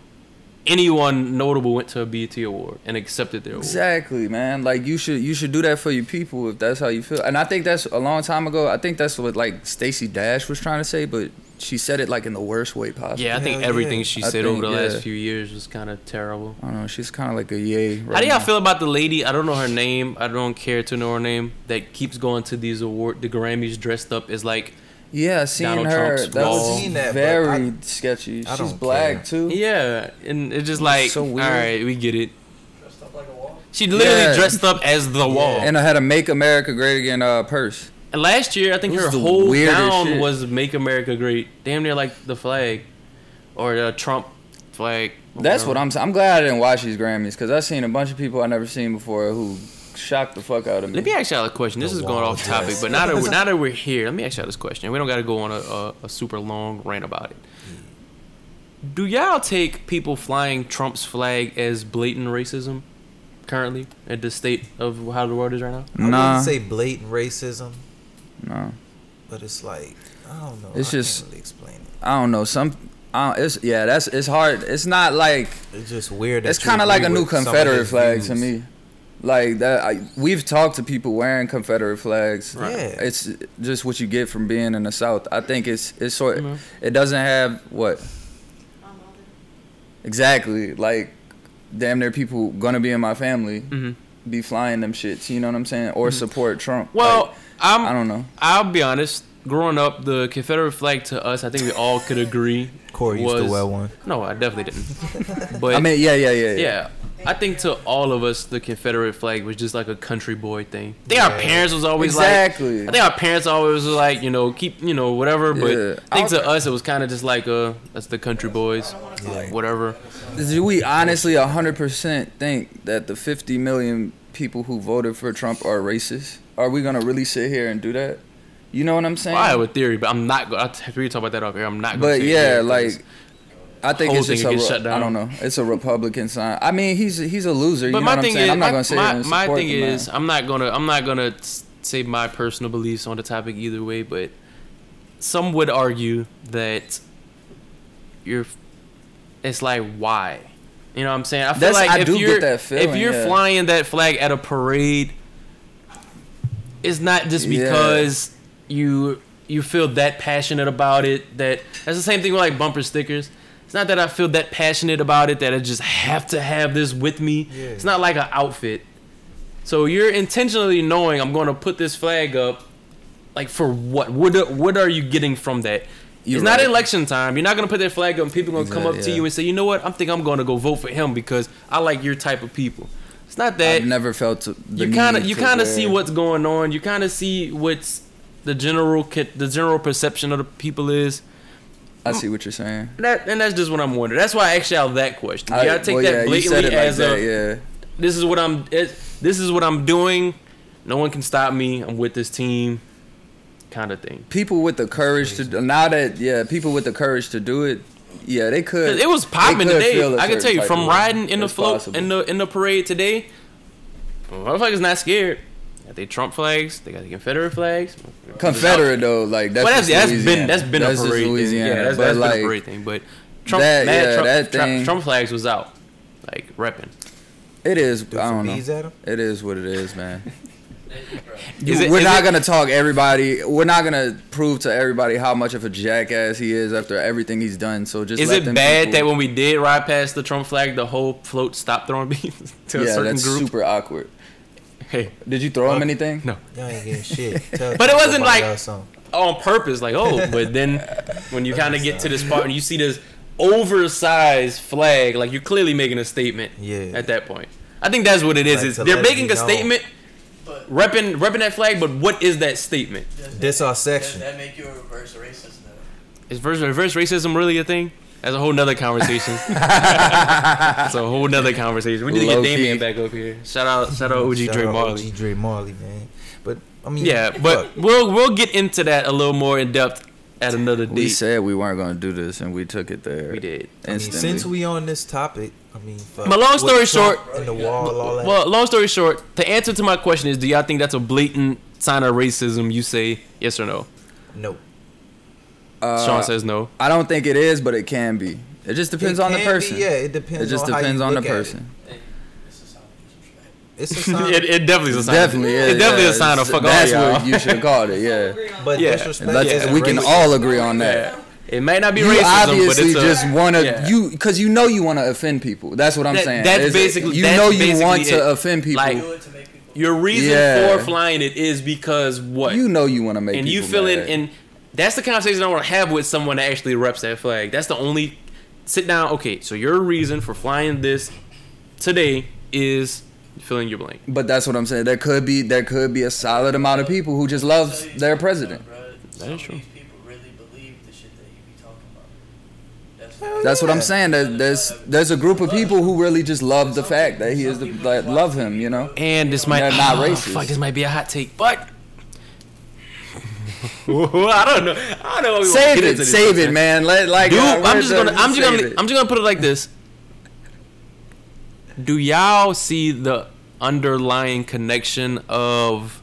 S1: anyone notable went to a BET Award and accepted their award?
S3: Exactly, man. Like you should you should do that for your people if that's how you feel. And I think that's a long time ago. I think that's what like Stacey Dash was trying to say, but she said it like in the worst way possible.
S1: Yeah, I think
S2: Hell yeah.
S1: everything she
S3: I
S1: said over
S3: think,
S1: the
S3: yeah.
S1: last few years was kind of terrible.
S3: I don't know. She's kind of like a yay. Right
S1: How do y'all
S3: now.
S1: feel about the lady? I don't know her name. I don't care to know her name. That keeps going to these award, the Grammys, dressed up as like,
S3: Yeah, seeing
S1: Donald
S3: her.
S1: Trump's
S3: that
S1: wall.
S3: was
S2: Seen that, but
S3: very sketchy.
S2: I
S3: She's
S2: don't
S3: black
S2: care.
S3: too.
S1: yeah, and it's just like,
S3: so weird.
S1: all right, we get it. She literally
S3: Yeah.
S1: dressed up as the wall.
S3: And I had a "Make America Great Again" uh, purse.
S1: And last year, I think
S3: This
S1: her
S3: is the
S1: whole
S3: weirdest
S1: gown
S3: shit.
S1: was "Make America Great," damn near like the flag or the Trump flag. or
S3: That's
S1: whatever.
S3: what I'm. s- I'm glad I didn't watch these Grammys because I seen a bunch of people I never seen before who shocked the fuck out of me.
S1: Let me ask y'all a question. This
S2: The
S1: is going
S2: wall
S1: off
S2: of
S1: topic,
S2: dress.
S1: but now that we're, now that we're here, let me ask y'all this question. We don't got to go on a, a, a super long rant about it. Do y'all take people flying Trump's flag as blatant racism currently at the state of how the world is right now?
S2: I
S3: Nah.
S2: wouldn't say blatant racism,
S3: no,
S2: but it's like I don't know.
S3: It's
S2: I can't
S3: just-
S2: really explain it.
S3: I don't know. Some, I don't, it's yeah. That's it's hard. It's not like
S2: It's just weird. that
S3: it's
S2: you
S3: kind of like a
S2: agree
S3: new
S2: with some of
S3: Confederate
S2: his
S3: flag to
S2: views.
S3: me. Like that, I, we've talked to people wearing Confederate flags.
S2: Right. Yeah.
S3: It's just what you get from being in the South. I think it's it's sort.
S1: Mhm.
S2: Mm-hmm.
S3: It doesn't have what
S5: Um, all the
S3: exactly like. Damn near people gonna be in my family
S1: Mm-hmm.
S3: be flying them shits. You know what I'm saying? Or
S2: Mm-hmm.
S3: support Trump.
S1: Well,
S3: Like,
S1: I'm.
S3: I don't know.
S1: I'll be honest. Growing up, the Confederate flag to us, I think we all could agree.
S2: Corey used to
S1: was-
S2: wear one.
S1: No, I definitely didn't. But
S3: I mean, yeah, yeah, yeah,
S1: yeah, I think to all of us, the Confederate flag was just like a country boy thing. I think our
S2: Yeah.
S1: parents was always
S3: Exactly.
S1: like. I think our parents always was like, you know, keep, you know, whatever. But
S3: Yeah.
S1: I think to
S3: I'll-
S1: us, it was kind of just like, uh, that's the country boys, whatever.
S3: Do we honestly 100% think that the 50 million people who voted for Trump are racist? Are we gonna really sit here and do that? You know what I'm saying?
S1: Well, I have a theory, but I'm not. gonna We talk about that up here. I'm not. Gonna
S3: But
S1: say it
S3: yeah,
S1: here 'cause
S3: like. I think
S1: whole
S3: it's
S1: thing
S3: just
S1: would
S3: a
S1: get
S3: re-
S1: shut down.
S3: I don't know. It's a Republican sign. I mean, he's he's a loser. you know what I'm saying? I'm not
S1: my-
S3: gonna say
S1: my,
S3: and
S1: my
S3: support
S1: thing
S3: the man.
S1: is I'm not gonna I'm not gonna s- say my personal beliefs on the topic either way, but some would argue that you're it's like why you know what I'm saying I feel
S3: That's-
S1: like
S3: I
S1: if
S3: do get
S1: you're
S3: that feeling,
S1: if you're
S3: yeah.
S1: flying that flag at a parade, it's not just
S3: Yeah.
S1: because you you feel that passionate about it that that's the same thing with like bumper stickers. It's not that I feel that passionate about it that I just have to have this with me.
S2: Yeah.
S1: It's not like an outfit. So you're intentionally knowing I'm going to put this flag up like for what? What what are you getting from that?
S3: You're
S1: it's not
S3: right.
S1: election time. You're not gonna put that flag up. and People gonna come up
S3: Exactly,
S1: to
S3: yeah.
S1: you and say, you know what? I'm think I'm gonna go vote for him because I like your type of people. It's not that
S3: I've never felt the
S1: you kind of
S3: need
S1: you
S3: to
S1: kind of
S3: wear-
S1: see what's going on. You kind of see what's the general ca- the general perception of the people is.
S3: I see what you're saying.
S1: And That and that's just what I'm wondering. That's why I asked y'all that question.
S3: I-
S1: Yeah, I take
S3: well, yeah,
S1: that
S3: you said
S1: blatantly
S3: it like
S1: as
S3: that,
S1: a
S3: yeah.
S1: this is what I'm it, this is what I'm doing. No one can stop me. I'm with this team, kind of thing.
S3: people with the courage to do- now that yeah, people with the courage to do it, yeah, they could.
S1: 'Cause It was
S3: they
S1: popping
S3: could
S1: today.
S3: feel a
S1: I can tell
S3: certain
S1: you
S3: type
S1: from
S3: of-
S1: riding in the
S3: it's
S1: float
S3: possible.
S1: in the in the parade today. Motherfuckers not scared. Got they Trump flags. They got the Confederate flags.
S3: Confederate though, like that's
S1: well, that's,
S3: just
S1: that's been
S3: Louisiana.
S1: that's been a
S3: just
S1: parade. Thing.
S3: Louisiana.
S1: Yeah, that's,
S3: But,
S1: that's
S3: like,
S1: been a parade thing. But Trump,
S3: that-
S1: mad
S3: yeah,
S1: Trump,
S3: that
S1: Trump,
S3: thing-
S1: Trump flags was out. Like repping.
S3: It is.
S2: Threw
S3: I
S2: some
S3: don't know.
S2: bees at him.
S3: It is what it is, man.
S1: Is
S3: You-
S1: it-
S3: we're
S1: is
S3: not
S1: it-
S3: gonna talk everybody. We're not gonna prove to everybody how much of a jackass he is after everything he's done. So just
S1: Is
S3: let
S1: it
S3: them
S1: bad that
S3: people-
S1: when we did ride past the Trump flag, the whole float stopped throwing beans to a
S3: yeah,
S1: certain
S3: that's
S1: group?
S3: super awkward.
S1: Hey,
S3: Did you throw him
S1: Uh,
S3: anything?
S1: no.
S2: Y'all ain't getting shit. Tell-
S1: But it wasn't
S2: somebody
S1: like-
S2: else something.
S1: on purpose, like oh. But then when you kind of get to this part and you see this oversized flag, like you're clearly making a statement.
S2: Yeah.
S1: At that point, I think that's what it is.
S2: Like,
S1: is
S2: to
S1: they're
S2: let it
S1: making
S2: be
S1: a
S2: known.
S1: statement, repping repping that flag. But what is that statement?
S2: This our section.
S5: That, that make you a reverse racist though.
S1: Is reverse, reverse racism really a thing? That's a whole nother conversation. That's a whole nother conversation. We need to get
S3: Low key.
S1: Damien back up here. Shout out, shout out, OG
S2: Shout
S1: Dre
S2: out
S1: Marley.
S2: OG Dre Marley, man. But I mean,
S1: Yeah, but we'll we'll get into that a little more in depth at another date.
S3: We said we weren't gonna do this, and we took it there.
S1: We did.
S2: I mean,
S3: Instantly.
S2: since we on this topic, I mean, fuck,
S1: But long
S2: with
S1: story
S2: Trump
S1: short-
S2: and the wall, all that.
S1: Well, long story short, the answer to my question is: Do y'all think that's a blatant sign of racism? You say yes or no.
S2: no,
S3: Uh,
S1: Sean says no.
S3: I don't think it is, but it can be. It just depends
S2: It
S3: on the
S2: can be,
S3: person.
S2: yeah, it depends.
S3: It just
S2: on how you
S3: depends on the
S2: look at it.
S3: person.
S5: This is how disrespect.
S2: It's a sign,
S1: it, it definitely is a sign.
S3: Definitely, yeah,
S1: it definitely
S3: yeah.
S1: is a sign of
S3: It's-
S1: fuck all
S3: That's
S1: y'all.
S3: what you should call it. Yeah,
S2: but
S1: Yeah.
S2: disrespect
S3: Let's-
S2: isn't
S3: we can
S2: racist.
S3: all agree on that.
S1: It may not be
S3: you
S1: racism,
S3: obviously
S1: but it's a,
S3: just want to
S1: yeah.
S3: you because you know you want to offend people. That's what I'm
S1: That-
S3: saying.
S1: that's
S3: Is it-
S1: basically-
S3: you
S1: that's
S3: know you want
S1: basically
S3: to
S1: it.
S3: offend people.
S1: Like,
S5: Do it to make people.
S1: your reason
S3: Yeah.
S1: for flying it is because what
S3: you know you want to make
S1: and you
S3: people
S1: feel it
S3: mad.
S1: and that's the conversation i want to have with someone that actually reps that flag that's the only sit down okay so your reason for flying this today is filling your blank
S3: But that's what I'm saying. There could be there could be a solid amount of people who just loves
S5: Tell you
S3: their
S5: something,
S3: president.
S5: bro.
S1: That is
S5: Some
S1: true.
S5: of These people really believe the shit that he be talking about. That's
S3: That's what I'm saying. There, there's there's a group of people who really just love the
S5: Some
S3: fact
S5: people-
S3: that he
S5: some
S3: is the
S5: people
S3: like,
S5: watch
S3: love
S5: TV,
S3: him. You know.
S5: bro.
S1: and this might
S3: They're not
S1: ah,
S3: racist.
S1: fuck this might be a hot take but I don't know. I don't know. if we wanna
S3: Save
S1: get
S3: it,
S1: into this
S3: save
S1: shit.
S3: it, man. Let like
S1: dude.
S3: uh,
S1: I'm
S3: we're
S1: just gonna, I'm just
S3: save
S1: gonna,
S3: it.
S1: I'm just gonna put it like this. Do y'all see the underlying connection of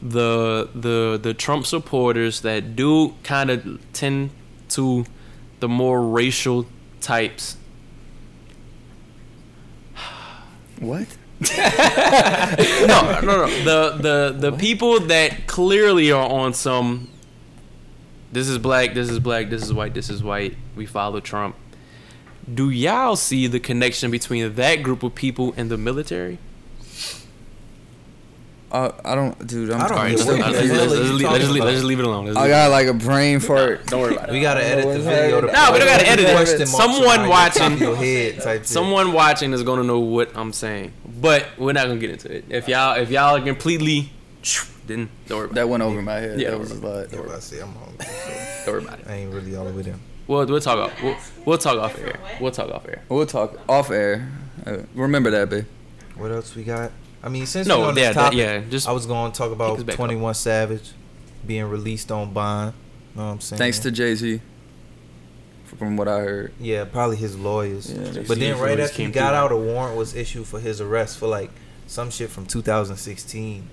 S1: the the the Trump supporters that do kind of tend to the more racial types?
S3: what?
S1: No, no, no. The the the people that clearly are on some. This is black. This is black. This is white. This is white. We follow Trump. Do y'all see the connection between that group of people and the military?
S3: Uh, I don't, dude. I'm
S2: I don't
S1: All right,
S2: give
S1: let's,
S2: a
S3: still
S2: what
S1: let's, let's,
S2: fuck.
S1: let's,
S2: the hell are
S1: let's,
S2: you
S1: leave,
S2: talking
S1: let's, leave,
S2: about?
S1: let's leave it alone. Let's
S3: I
S1: leave it
S3: got like a brain fart.
S1: Don't worry about
S2: We gotta edit the
S3: what's
S2: video. To
S3: happening?
S1: No, we don't gotta
S2: put
S1: edit it.
S2: question marks
S1: Someone
S2: behind your-
S1: watching-
S2: your head type shit.
S1: Someone watching is gonna know what I'm saying, but we're not gonna get into it. If y'all if y'all are completely, then don't worry about
S3: That went over my head.
S1: Yeah.
S3: that was a lot.
S2: Yeah, but I see, I'm hungry.
S1: it. Don't worry about it.
S2: I ain't really all the way there.
S1: We'll we'll talk off. We'll, we'll talk off air. We'll talk off air.
S3: We'll talk off air. Uh, remember that, babe.
S2: What else we got? I mean, since
S1: No,
S2: we're on
S1: yeah,
S2: this topic,
S1: yeah. Just
S2: I was going to talk
S1: Pick us
S2: about
S1: back up.
S2: 21 Savage being released on bond. You know what I'm saying?
S3: Thanks to Jay Z, from what I heard.
S2: yeah, probably his lawyers.
S3: Yeah, they
S2: but then
S1: his
S2: right
S1: lawyers
S2: after he
S1: came
S2: got
S1: through.
S2: out, a warrant was issued for his arrest for like some shit from 2016.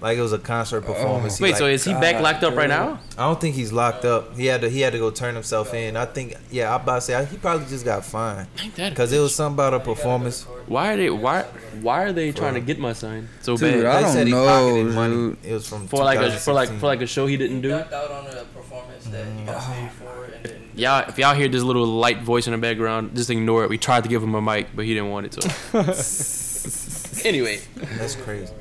S2: Like it was a concert
S3: Oh.
S2: performance. He,
S1: wait.
S2: like-
S1: so is he back
S3: God,
S1: locked up right
S3: dude.
S1: now?
S2: I don't think he's locked up. He had to he had to go turn himself in. I think yeah, I about to say I, he probably just got fined
S1: Ain't that-
S2: because it was something about a performance.
S1: Why are they why Why are they trying to get my sign so
S3: Dude,
S1: bad
S3: I
S2: They
S3: don't
S2: said he
S3: know,
S2: pocketed money.
S3: dude.
S2: It was from
S1: for like a for like for
S2: 2016.
S1: like a show he didn't
S5: He
S1: do?
S5: ducked out on a performance that he got paid for and then
S1: Y'all, if y'all hear this little light voice in the background, just ignore it. We tried to give him a mic, but he didn't want it to. anyway,
S2: That's crazy.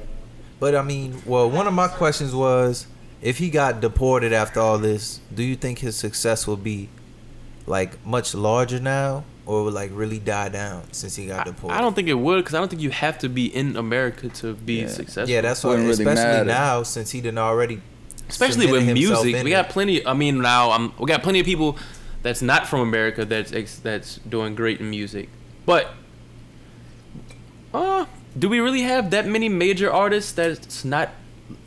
S2: But I mean, well, one of my questions was if he got deported after all this, do you think his success will be like much larger now or would like really die down since he got
S1: I,
S2: deported?
S1: I don't think it would because I don't think you have to be in America to be
S3: Yeah.
S1: successful.
S2: yeah, that's why,
S3: Wouldn't really
S2: especially
S3: matter.
S2: now since he didn't already.
S1: especially with
S2: submitted himself
S1: music.
S2: in
S1: We got
S2: it.
S1: plenty. I mean, now um, we got plenty of people that's not from America that's ex, that's doing great in music. But uh, do we really have that many major artists that's not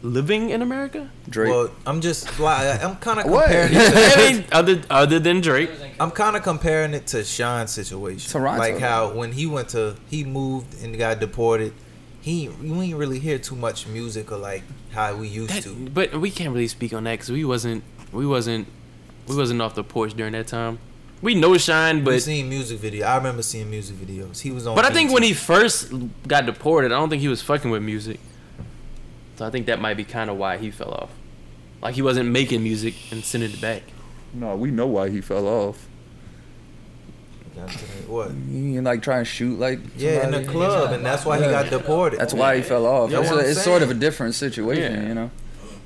S1: living in America?
S3: Drake.
S2: Well, I'm just like I'm kind of
S3: What?
S2: comparing. it to-
S1: I mean, other other than Drake,
S2: I'm kind of comparing it to Sean's situation.
S3: Toronto.
S2: Like how when he went to, he moved and got deported. He we ain't really hear too much music or like how we used
S1: that,
S2: to.
S1: but we can't really speak on that because we wasn't we wasn't we wasn't off the porch during that time. We know Shine,
S2: we
S1: but
S2: seen music video. I remember seeing music videos. He was on.
S1: but I think
S2: BET.
S1: when he first got deported, I don't think he was fucking with music. So I think that might be kind of why he fell off. Like he wasn't making music and sending it back.
S3: No, we know why he fell off.
S2: Got to the- what?
S3: He didn't like try and shoot like
S2: Yeah, in
S3: somebody.
S2: the club, and that's why he got deported.
S3: That's why he fell off.
S2: Yeah,
S3: it's
S2: what I'm
S3: it's sort of a
S2: saying.
S3: different situation,
S1: Yeah.
S3: you know.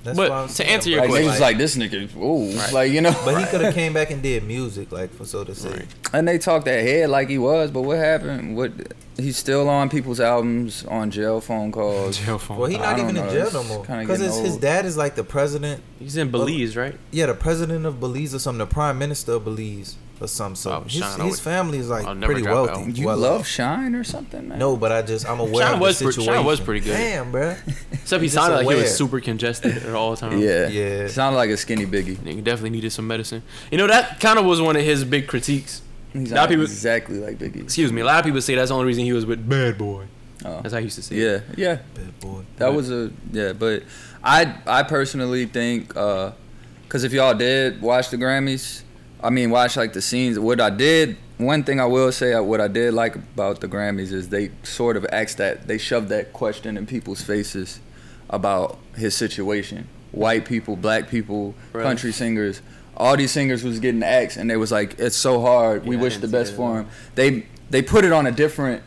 S2: That's
S1: But
S2: why I'm
S1: to
S2: saying,
S1: answer your
S2: but
S3: Like
S2: he
S3: they
S1: question-
S3: was like this nigga, ooh, like you know.
S2: But he could have came back and did music, like for so to say.
S3: and they talked that head like he was, but what happened? What he's still on people's albums, on jail phone calls.
S2: Well, he
S3: I
S2: not
S3: don't
S2: even in
S3: know,
S2: jail
S3: it's
S2: no more
S3: kinda
S2: because
S3: getting
S2: his
S3: old.
S2: dad is like the president.
S1: He's in Belize, right?
S2: Yeah, the president of Belize or something, the prime minister of Belize or something. So
S1: Oh,
S2: his,
S1: Sean, I
S2: his
S1: would-
S2: family is like
S1: I'll never
S2: pretty
S1: drop that
S2: wealthy.
S1: one.
S3: You
S2: well
S3: love
S2: off.
S3: Shine or something, man?
S2: No, but I just I'm aware
S1: Sean
S2: of
S1: was
S2: the
S1: pre- Sean
S2: situation.
S1: was pretty good.
S2: Damn, bruh.
S1: Except he
S2: He's
S1: sounded like he was
S2: aware.
S1: super congested at all times.
S3: Yeah.
S2: Yeah.
S3: Sounded like a skinny Biggie.
S1: Nigga definitely needed some medicine. You know, that kind of was one of his big critiques.
S3: He's
S1: Now
S3: not
S1: people-
S3: exactly like Biggie.
S1: Excuse me. A lot of people say that's the only reason he was with Bad Boy.
S3: Oh.
S1: That's how I used to say it.
S3: Yeah, yeah.
S2: Bad boy.
S3: That was a yeah, but I I personally think uh 'cause if y'all did watch the Grammys, I mean watch like the scenes. What I did, one thing I will say, uh, what I did like about the Grammys is they sort of asked that they shoved that question in people's faces about his situation. White people, black people,
S1: Right.
S3: country singers, all these singers was getting asked, and they was like, "It's so hard. we
S1: Yeah, I
S3: wish the
S1: didn't see
S3: best
S1: that.
S3: for him." They they put it on a different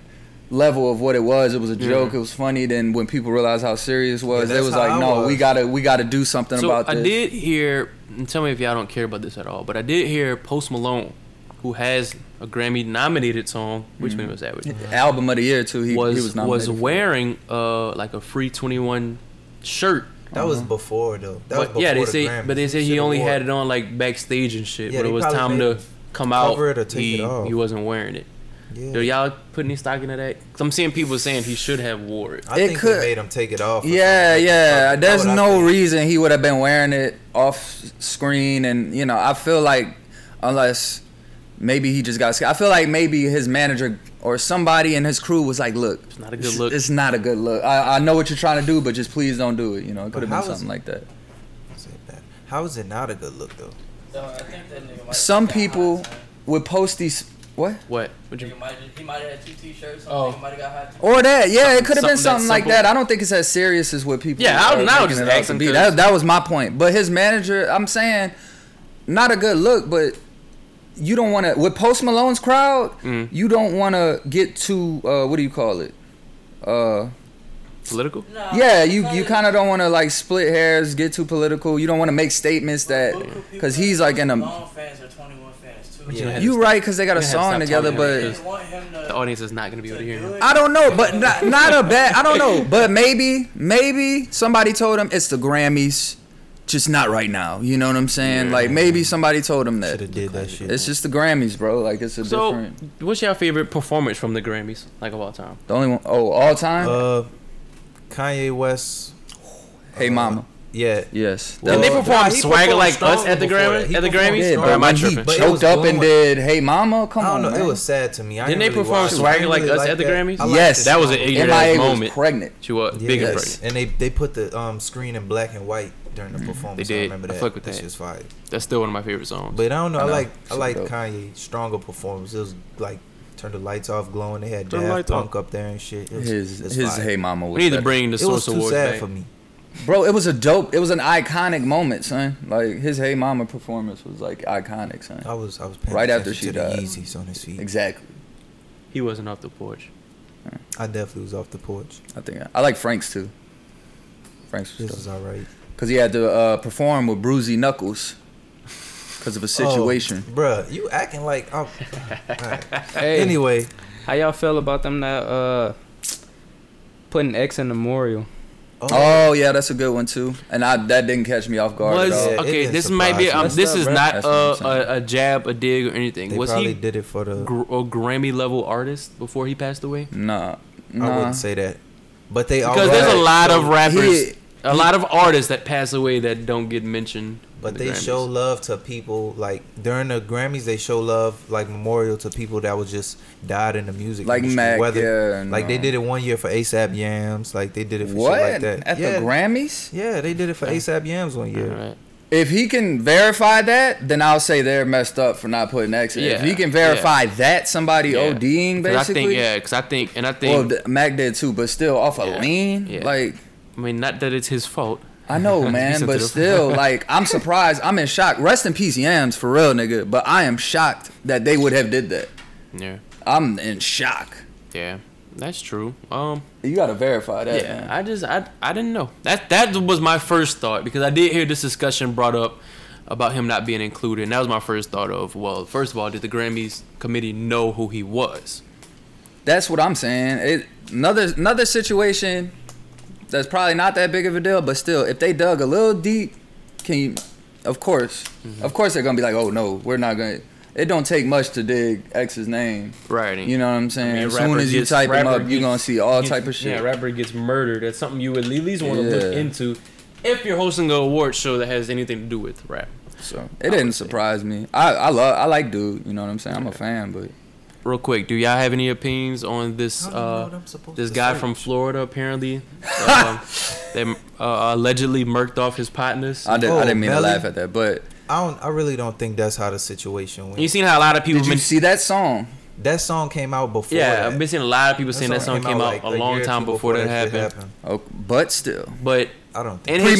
S3: level of what it was. It was a
S1: Yeah.
S3: joke. It was funny. Then when people realized how serious it was,
S2: Yeah,
S3: they
S2: that's
S3: was
S2: how
S3: like,
S2: I
S3: "No, we
S2: was.
S3: gotta, we gotta do something
S1: So
S3: about
S1: I
S3: this."
S1: did hear, and tell me if y'all don't care about this at all, but I did hear Post Malone, who has a Grammy nominated song,
S3: Mm-hmm.
S1: which one was that? Which
S3: Album of the year too. He
S1: was
S3: he was,
S1: was,
S3: nominated for it.
S1: wearing uh like a free 21 shirt.
S2: That was before though. That
S1: But
S2: was before
S1: yeah, they
S2: the
S1: say,
S2: Grammys.
S1: but they say he
S2: Should've
S1: only
S2: wore
S1: had it on like backstage and shit.
S2: Yeah,
S1: but it
S2: they
S1: was
S2: probably
S1: time
S2: made
S1: to
S2: him
S1: come out.
S2: cover it or take
S1: he,
S2: it off.
S1: he wasn't wearing it.
S2: Yeah.
S1: Yo, y'all putting any stock into that? 'Cause I'm seeing people saying he should have wore it.
S2: I
S3: It
S2: think
S3: could-
S2: we made him take it off. or
S3: Yeah,
S2: something.
S3: yeah.
S2: That's
S3: There's
S2: what I
S3: no
S2: think.
S3: reason he would have been wearing it off screen, and you know, I feel like unless maybe he just got scared. I feel like maybe his manager or somebody in his crew was like, "Look, it's
S1: not a good look."
S3: It's not a good look. I, I know what you're trying to do, but just please don't do it. You know, it
S2: But
S3: could have been
S2: how is-
S3: something like that.
S2: Say that. How is it not a good look though?
S5: No, I think that nigga might
S3: Some
S5: have got
S3: people-
S5: hot, son.
S3: Would post these what?
S1: What? Would you?
S5: Nigga might have- he might have had two t-shirts.
S1: Oh.
S5: Oh, might have got hot.
S3: Or that, yeah, it could
S1: something
S3: have been
S1: that
S3: something like
S1: simple.
S3: that. I don't think it's as serious as what people.
S1: Yeah, I would-
S3: are
S1: I would
S3: making
S1: just
S3: it out
S1: ask
S3: to
S1: him
S3: be.
S1: 'cause-
S3: That, that was my point. But his manager, I'm saying, not a good look. But you don't want to with Post Malone's crowd.
S1: Mm.
S3: You don't want to get too. Uh, what do you call it? Uh,
S1: Political?
S5: No,
S3: yeah, you
S5: son,
S3: you kind of don't want to like split hairs, get too political. You don't want to make statements that
S5: Local people
S3: because he's like in a.
S5: Long fans are 21 fans too.
S2: Yeah.
S3: You right because they got a
S1: You had to stop
S3: song together,
S1: talking about
S3: but.
S5: They didn't want him to.
S1: The audience is not gonna be able to hear him.
S3: I don't know, but not, not a bad. I don't know, but maybe, maybe somebody told him it's the Grammys, just not right now. You know what I'm saying? Like maybe somebody told him
S2: Should
S3: that.
S2: have did that shit.
S3: It's just the Grammys, bro. Like it's a
S1: So,
S3: different.
S1: what's your favorite performance from the Grammys, like of all time?
S3: The only one oh all time.
S2: uh, Kanye West.
S3: hey,
S2: uh,
S3: mama.
S2: Yeah.
S3: Yes.
S2: Well,
S1: Didn't they
S2: nah,
S1: perform
S2: he
S1: Swagger
S2: performed
S1: Like
S2: Stone
S1: Us at the
S2: before
S1: Grammys-
S2: that. He
S1: at the
S2: performed
S1: Grammys?
S2: Stone.
S1: Or am I
S3: when he
S1: tripping?
S2: But it was
S3: choked up
S2: blowing-
S3: and did Hey Mama. Come
S2: I don't
S3: on,
S2: know.
S3: man.
S2: It was sad to me. I
S1: Didn't they
S2: really
S1: perform
S2: watch it.
S1: Swagger
S2: I didn't
S1: Like
S2: really
S1: Us at the
S2: that.
S1: Grammys?
S2: I liked
S3: Yes.
S2: it.
S1: That was an ignorant
S3: MIA
S1: ass
S3: was
S1: moment.
S3: pregnant.
S1: She was
S2: Yeah.
S1: big and
S3: Yes.
S1: pregnant.
S2: And they they put the um screen in black and white during the performance.
S1: Mm-hmm. They
S2: I
S1: did.
S2: remember
S1: I
S2: that.
S1: fuck with that.
S2: shit's fire.
S1: That's still one of my favorite songs.
S2: But I don't know. I,
S3: I know.
S2: like I
S3: Shit
S2: like
S3: dope.
S2: Kanye stronger performance. It was like turn the lights off, glowing. They had
S1: Turn the
S2: Daft
S1: lights off.
S2: Punk up there and shit. It was,
S3: His
S2: it's
S3: his
S2: fire.
S3: Hey Mama was.
S1: we need to
S3: better.
S1: bring the
S2: It
S1: Source
S2: was too
S1: Awards
S2: sad
S1: back.
S2: for me.
S3: Bro, it was a dope. It was an iconic moment, son. Like his Hey Mama performance was like iconic, son.
S2: I was I was paying
S3: Right
S2: attention
S3: after she
S2: to the
S3: died.
S2: Yeezys on his feet.
S3: Exactly.
S1: He wasn't off the porch.
S2: I definitely was off the porch.
S3: I think I, I like Frank's too. Frank's
S2: This
S3: was
S2: is all right. Oh,
S3: because he had to uh, perform with bruisey knuckles because of a situation.
S2: Oh, bruh, you acting like I'm. Alright.
S4: Hey,
S2: Anyway,
S4: how y'all feel about them not uh putting X in the memorial?
S2: oh,
S3: Oh. yeah, that's a good one too. And I that didn't catch me off guard
S1: Was
S3: at all.
S2: Yeah, it
S1: okay.
S2: didn't
S1: This might be.
S2: surprise
S1: Um,
S2: me.
S1: this
S2: That's
S1: is
S2: not
S1: not
S3: right. That's
S1: a,
S3: what I'm
S1: a, a jab, a dig, or anything.
S2: they
S1: was
S2: probably
S1: he
S2: did it for the.
S1: gr- a Grammy level artist before he passed away?
S3: Nah,
S2: I
S3: nah.
S2: wouldn't say that, but they
S1: Because there's a
S2: already-
S1: lot of
S3: So
S1: rappers,
S3: he-
S1: a lot of artists that pass away that don't get mentioned. in
S2: But
S1: the
S2: they
S1: Grammys.
S2: show love to people like during the Grammys. They show love like memorial to people that was just died in the music.
S3: Like
S2: industry,
S3: Mac, yeah,
S2: like they
S3: no.
S2: did it one year for ASAP Yams. Like they did it for
S3: what
S2: shit like that.
S3: at
S2: yeah,
S3: the Grammys?
S2: yeah, they did it for ASAP Yams one year.
S1: Alright.
S3: If he can verify that, then I'll say they're messed up for not putting X. in. If
S1: Yeah,
S3: he can verify that somebody
S1: Yeah.
S3: ODing
S1: 'Cause
S3: basically,
S1: I think yeah, because I think and I think
S3: well, th- Mac did too, but still off a
S1: Yeah,
S3: lean,
S1: yeah.
S3: like
S1: I mean not that it's his fault.
S3: I know,
S1: He
S3: man,
S1: said
S3: but
S1: to the-
S3: still, like, I'm surprised. I'm in shock. Rest in peace, Yams, for real, nigga. But I am shocked that they would have did that.
S1: Yeah,
S3: I'm in shock.
S1: yeah, that's true. Um,
S3: You gotta verify that.
S1: yeah,
S3: man.
S1: I just I I didn't know that that was my first thought because I did hear this discussion brought up about him not being included, and that was my first thought of well, first of all, did the Grammys committee know who he was?
S3: That's what I'm saying. It another another situation that's probably not that big of a deal, but still, if they dug a little deep, can you? Of course,
S1: Mm-hmm.
S3: of course, they're gonna be like, oh no, we're not gonna. It don't take much to dig X's name.
S1: Right.
S3: You know what I'm saying?
S1: I mean,
S3: as
S1: rapper
S3: soon as you
S1: gets-
S3: type him
S1: rapper
S3: up, you're
S1: gets-
S3: gonna see all
S1: gets-
S3: type of shit.
S1: Yeah, rapper gets murdered. That's something you would at least want to look
S3: Yeah.
S1: into if you're hosting an award show that has anything to do with rap.
S3: So
S1: I
S3: it didn't
S1: would say.
S3: surprise me. I, I love I like dude. You know what I'm saying? I'm a fan, but
S1: Real quick, do y'all have any opinions on this?
S2: I don't know
S1: Uh,
S2: what I'm supposed
S1: this
S2: to
S1: guy
S2: say.
S1: from Florida apparently, um, they uh, allegedly murked off his partners.
S3: I, did,
S2: Oh,
S3: I didn't mean
S2: Melly?
S3: to laugh at that. But
S2: I don't. I really don't think that's how the situation went.
S1: You seen how a lot of people
S3: did you
S1: been-
S3: see that song?
S2: that song came out before.
S1: Yeah,
S2: that.
S1: I've been seeing a lot of people saying that song came out,
S2: like,
S1: a long
S2: year or
S1: time
S2: two
S1: before, that
S2: shit
S1: happened.
S3: Oh, but still,
S1: But
S2: I don't think.
S1: and his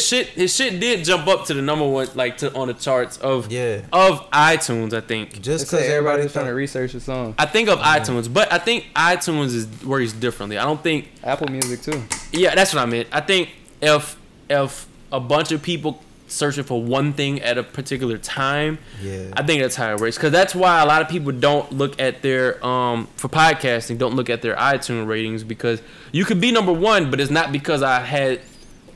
S1: Shit, his shit, his shit did jump up to the number one, like to on the charts of
S2: Yeah.
S1: of iTunes. I think.
S2: Just
S4: It's because
S2: because everybody's
S4: everybody's trying to research a song.
S1: I think of iTunes, but I think iTunes is works differently. I don't think.
S4: Apple Music too.
S1: Yeah, that's what I meant. I think if if a bunch of people searching for one thing at a particular time,
S2: Yeah.
S1: I think that's how it works. Because that's why a lot of people don't look at their um for podcasting, don't look at their iTunes ratings because you could be number one, but it's not because I had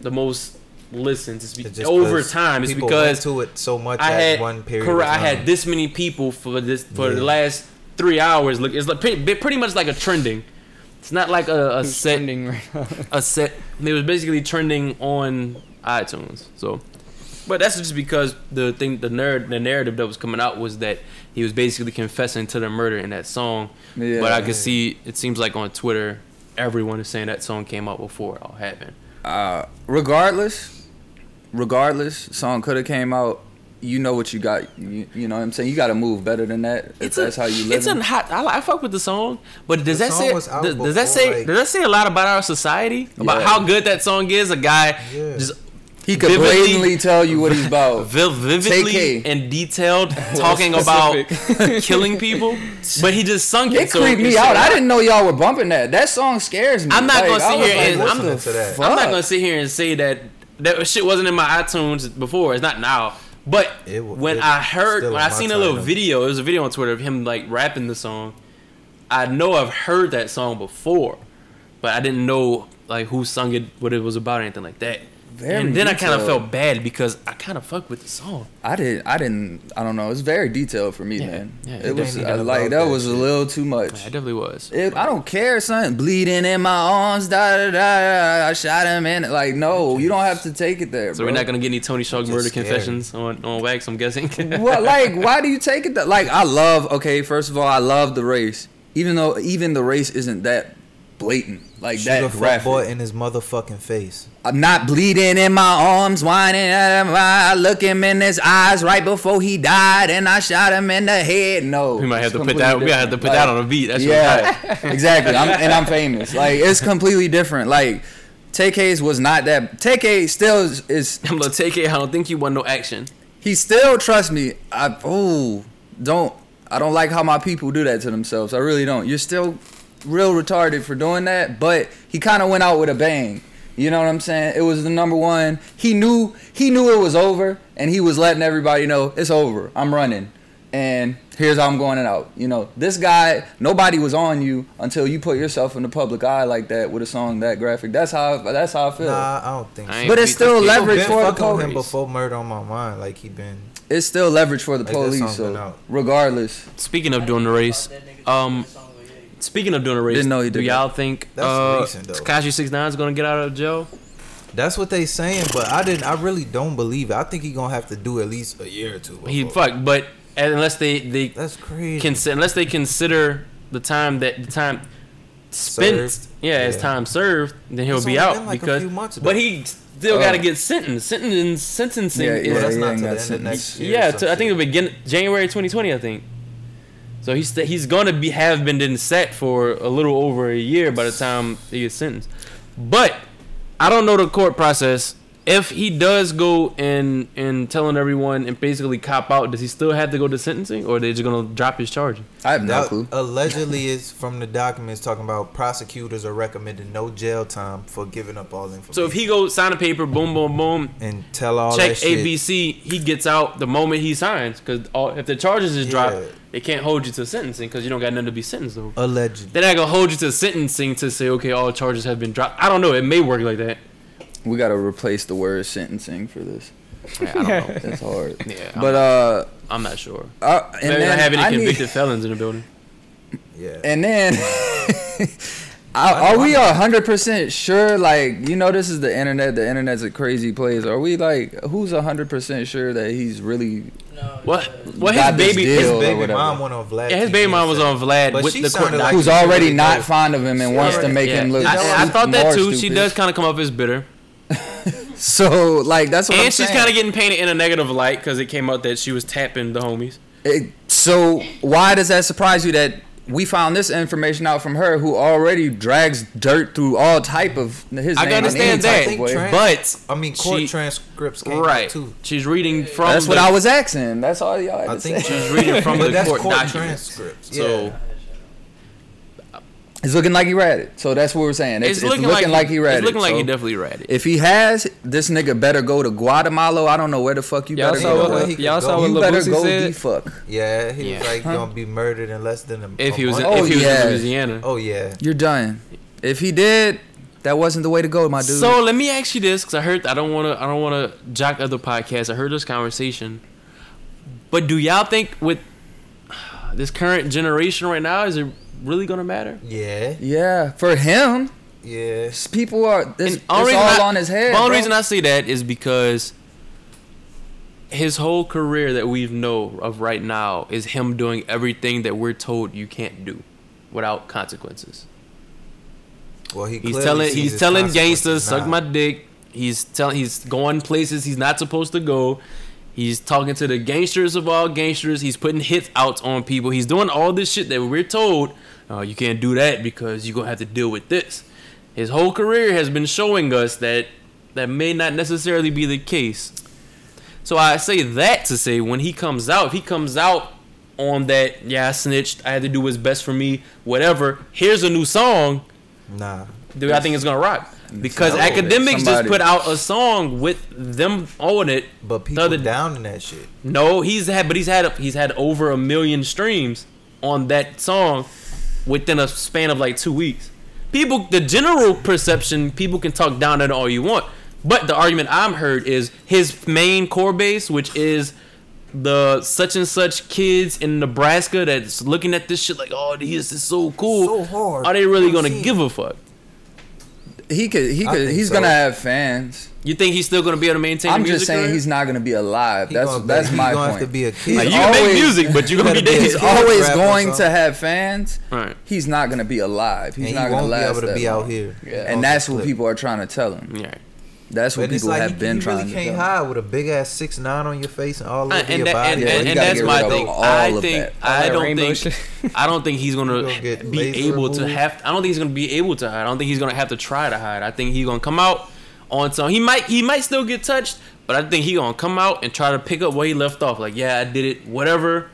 S1: the most listens. It's, be-
S2: It's just
S1: over
S2: 'cause
S1: time. It's
S2: people
S1: because
S2: went to it so much
S1: I
S2: at
S1: had
S2: one period.
S1: correct,
S2: of
S1: I
S2: time.
S1: had this many people for this for the
S2: Yeah.
S1: last three hours. Look, it's like pretty, pretty much like a trending. It's not like a, a
S4: It's
S1: set
S4: trending right now.
S1: a set. It was basically trending on iTunes. So, but that's just because the thing, the nerd, the narrative that was coming out was that he was basically confessing to the murder in that song.
S3: yeah.
S1: But I could see it seems like on Twitter, everyone is saying that song came out before it all happened.
S3: uh, regardless, regardless, song could have came out. You know what you got. You, you know what I'm saying. You got to move better than that. If that's how you live.
S1: It's a hot. I, li- I fuck with the song, but does
S2: The
S1: that
S2: song
S1: say
S2: was out
S1: does, does that
S2: before,
S1: say
S2: like-
S1: does that say a lot about our society about
S3: Yeah.
S1: how good that song is? A guy
S2: Yeah.
S1: just
S3: he could
S1: vividly-
S3: blatantly tell you what he's about.
S1: vi- vividly
S3: Take K.
S1: and detailed talking about killing people, but he just sunk it.
S3: It
S1: so
S3: creeped me
S1: it's
S3: out.
S1: like-
S3: I didn't know y'all were bumping that. That song scares me.
S1: I'm not
S3: Like,
S1: gonna
S3: I
S1: sit
S3: was
S1: here
S3: like,
S1: and
S3: what
S1: I'm,
S3: the
S2: listening to that.
S3: fuck?
S1: I'm not gonna sit here and say that that shit wasn't in my iTunes before. It's not now. But
S2: It wa-
S1: when
S2: it
S1: I heard,
S2: still
S1: when
S2: on
S1: I
S2: my
S1: seen a little
S2: timeline.
S1: video, it was a video on Twitter of him like rapping the song. I know I've heard that song before, but I didn't know like who sung it, what it was about, or anything like that.
S3: Very
S1: and then I kind of
S3: detailed.
S1: felt bad because I kind of fucked with the song.
S3: I did. I didn't. I don't know. It's very detailed for me,
S1: Yeah,
S3: man.
S1: yeah.
S3: it was
S2: They ain't
S3: uh,
S2: even
S3: like
S2: about
S3: that
S2: that
S3: was a
S2: shit.
S3: little too
S1: Yeah,
S3: much.
S1: it definitely was.
S3: It, I don't care, son. Bleeding in my arms, da da da. da. I shot him in. Like, no, you don't have to take it there.
S1: So
S3: bro.
S1: we're not gonna get any Tony Shark
S2: Just
S1: murder
S2: scary.
S1: confessions on on Wax. I'm guessing.
S3: what like why do you take it that like I love okay first of all I love the race even though even the race isn't that blatant like
S2: Shoot a
S3: that
S2: fuck
S3: graphic
S2: boy in his motherfucking face.
S3: I'm not bleeding in my arms whining at him I look him in his eyes right before he died and I shot him in the head no
S1: we might
S3: it's
S1: have to put that. We
S3: completely
S1: might have to
S3: different.
S1: put that
S3: Like,
S1: on a beat. That's yeah.
S3: yeah, exactly. I'm, and I'm famous. Like it's completely different. Like TK's was not that. TK still is, is
S1: I'm gonna take it. I don't think you want no action.
S3: He still trusts me. I oh don't I don't like how my people do that to themselves. I really don't. You're still real retarded for doing that, but he kind of went out with a bang. You know what I'm saying? It was the number one. He knew he knew it was over, and he was letting everybody know it's over. I'm running, and here's how I'm going it out. You know, this guy, nobody was on you until you put yourself in the public eye like that with a song that graphic. That's how that's how I feel.
S2: Nah, I don't think.
S1: I
S2: so.
S1: ain't
S3: But it's
S1: beat-
S3: still
S1: people
S2: People
S3: leverage
S2: been
S3: for the
S2: fucking with him
S3: police.
S2: before murder on my mind. Like he been.
S3: It's still leverage for the
S2: Like, that's
S3: police.
S2: something
S3: So
S2: out.
S3: regardless.
S1: Speaking of doing the race, um, speaking of doing the race,
S3: Didn't know he
S1: do
S3: did
S1: y'all think
S2: That's
S1: uh,
S2: recent, though.
S1: Takashi Six Nine is gonna get out of jail?
S2: That's what they saying, but I didn't. I really don't believe it. I think he gonna have to do at least a year or two.
S1: He
S2: before.
S1: fuck, but unless they they
S2: That's crazy.
S1: can unless they consider the time that the time spent
S2: Served.
S1: yeah, as
S2: Yeah.
S1: time served then he'll
S2: It's
S1: be
S2: only
S1: out
S2: been like a
S1: because
S2: few months,
S1: but
S2: though.
S1: he still
S3: Oh.
S1: got to get sentenced. Sentence, sentencing
S3: Yeah,
S1: is
S2: well, that's
S3: yeah,
S2: not
S3: yeah,
S2: till the
S3: that's
S2: end of
S3: it.
S2: next year.
S1: Yeah,
S2: or
S1: to, I
S2: some
S1: think
S2: shit.
S1: it'll begin January 2020. I think. So he's st- he's gonna be have been in set for a little over a year by the time he gets sentenced. But I don't know the court process. If he does go and and telling everyone and basically cop out, does he still have to go to sentencing, or they just gonna drop his charges?
S3: I have no
S2: Now,
S3: clue.
S2: Allegedly, it's from the documents talking about prosecutors are recommending no jail time for giving up all information.
S1: So if he go sign a paper, boom, boom, boom,
S2: and tell all
S1: check
S2: that shit,
S1: ABC, he gets out the moment he signs because if the charges is dropped,
S2: Yeah.
S1: they can't hold you to sentencing because you don't got nothing to be sentenced over.
S2: allegedly.
S1: They're not gonna hold you to sentencing to say, okay, all charges have been dropped. I don't know. It may work like that.
S3: We gotta replace the word sentencing for this.
S1: Yeah, I don't know.
S3: That's hard.
S1: Yeah, I'm,
S3: but uh,
S1: I'm not sure.
S3: I, and
S1: Maybe
S3: then
S1: not have any
S3: I need-
S1: convicted felons in the building.
S2: Yeah.
S3: And then, are, are we a hundred percent sure? Like, you know, this is the internet. The internet's a crazy place. Are we like, who's a hundred percent sure that he's really?
S5: No.
S1: What?
S5: uh,
S1: What his
S3: Got this
S1: baby?
S3: deal.
S1: His,
S2: his
S3: or
S2: baby
S3: whatever.
S2: mom went on Vlad.
S1: yeah, his baby
S2: TV
S1: mom was
S2: and
S1: on Vlad
S2: But
S1: with
S2: she
S1: the court
S2: sounded
S1: doc-
S2: like-
S3: Who's already
S2: really
S3: not
S2: does.
S3: fond of him and wants to
S2: already-
S3: make
S1: Yeah.
S3: him look.
S1: I, I
S3: stu-
S1: thought that
S3: more
S1: too. She
S3: stupid.
S1: does kind of come off as bitter,
S3: So like that's what
S1: and
S3: I'm
S1: she's
S3: saying.
S1: kind of getting painted in a negative light because it came out that she was tapping the homies.
S3: It, so why does that surprise you that we found this information out from her, who already drags dirt through all type of his
S1: I
S3: name in any
S1: understand
S3: type
S1: that,
S3: of way.
S2: Trent-
S1: but
S2: I mean, court
S1: She-
S2: transcripts came right.
S1: right,
S2: too.
S1: she's reading from.
S3: That's what
S1: the-
S3: I was asking. That's all y'all. Had
S2: I
S3: to
S2: think
S3: say.
S1: She's reading from
S2: but
S1: the
S2: that's
S1: court,
S2: court,
S1: documents.
S2: transcripts.
S1: So-
S2: yeah.
S3: It's looking like he read it. So that's what we're saying. It's, it's looking, like, he read
S1: It's looking
S3: it.
S1: like
S3: so
S1: he definitely read it.
S3: If he has, this nigga better go to Guatemala. I don't know where the fuck you
S4: Y'all
S3: better
S4: saw
S3: go.
S4: what-
S3: to.
S2: he
S4: y'all
S2: could
S4: saw
S2: go.
S4: what
S3: you
S4: Lil
S3: better
S4: Boosie
S3: go
S4: said?
S3: the fuck.
S2: Yeah, he
S1: Yeah.
S2: was like gonna be murdered in less than a
S3: Oh,
S1: If
S2: a
S1: he was, in,
S2: month.
S1: if he was
S3: yeah.
S1: in Louisiana.
S2: oh yeah,
S3: You're done. If he did, that wasn't the way to go, my dude.
S1: So let me ask you this, because I heard I don't want to I don't want to jock other podcasts. I heard this conversation, but do y'all think with this current generation right now is it really gonna matter?
S2: yeah,
S3: yeah, for him,
S2: yeah.
S3: s- people are. This, it's
S1: And
S3: all
S1: only reason I-
S3: on his head.
S1: The only
S3: bro.
S1: reason I say that is because his whole career that we know of right now is him doing everything that we're told you can't do without consequences.
S2: Well, he
S1: He's
S2: clearly
S1: telling
S2: sees
S1: he's
S2: his
S1: telling
S2: consequences
S1: gangsters suck
S2: now.
S1: my dick. He's telling he's going places he's not supposed to go. He's talking to the gangsters of all gangsters. He's putting hits out on people. He's doing all this shit that we're told, oh, you can't do that because you're gonna have to deal with this. His whole career has been showing us that that may not necessarily be the case. So I say that to say when he comes out, if he comes out on that, yeah, I snitched, I had to do what's best for me, whatever. Here's a new song
S2: Nah,
S1: do I think it's gonna rock? Because
S2: No,
S1: academics just
S3: somebody-
S1: put out a song with them on it.
S2: but people
S1: other-
S2: down in that shit.
S1: No, he's had, but he's had he's had over a million streams on that song within a span of like two weeks. People, the general perception, people can talk down on it all you want, but the argument I'm heard is his main core base, which is the such and such kids in Nebraska that's looking at this shit like, oh, this is so cool.
S2: So hard.
S1: Are they really
S2: I've
S1: gonna
S2: seen
S1: give a fuck?
S3: he could. He
S2: I
S3: could.
S2: think
S3: He's
S2: so.
S3: gonna have fans.
S1: You think he's still gonna be able to maintain?
S3: I'm
S1: the music
S3: just saying
S1: career?
S3: he's not gonna be alive.
S2: He
S3: that's
S2: gonna be-
S3: that's
S2: he
S3: my
S2: gonna
S3: point.
S2: have to be a kid.
S3: He's
S1: Like, you can make
S3: always-
S1: music, but you're gonna be
S2: better be
S1: dead.
S3: He's
S2: kid
S3: always
S2: rap or
S3: going to
S2: something.
S3: have fans.
S1: Right.
S3: He's not gonna be alive. He's
S2: And
S3: not
S2: he
S3: gonna
S2: won't be
S3: last
S2: able to
S3: that
S2: be
S3: long.
S2: out here.
S3: Yeah.
S2: on
S3: And that's
S2: some
S3: what
S2: clip.
S3: people are trying to tell him.
S1: Yeah.
S3: That's what
S2: But it's
S3: people
S2: like
S3: have
S2: he,
S3: been
S2: he
S3: trying
S2: really
S3: to
S2: can't
S3: tell. him.
S2: hide with a big ass six nine on your face and all
S1: Uh, And,
S2: over your
S1: that-
S2: body.
S1: and,
S3: Yeah,
S1: and-
S3: you
S1: and
S3: gotta
S1: that's
S3: get
S1: my
S3: rid of
S1: thing.
S3: all
S1: I
S3: of
S1: think
S3: that.
S1: I
S4: that
S1: don't
S4: rainbow
S1: think
S4: shit.
S1: I don't think he's gonna,
S2: You gonna get
S1: be
S2: laser
S1: able to
S2: removed.
S1: have. I don't think he's gonna be able to hide. I don't think he's gonna have to try to hide. I think he's gonna come out on some. He might he might still get touched, but I think he gonna come out and try to pick up where he left off. Like yeah, I did it. Whatever.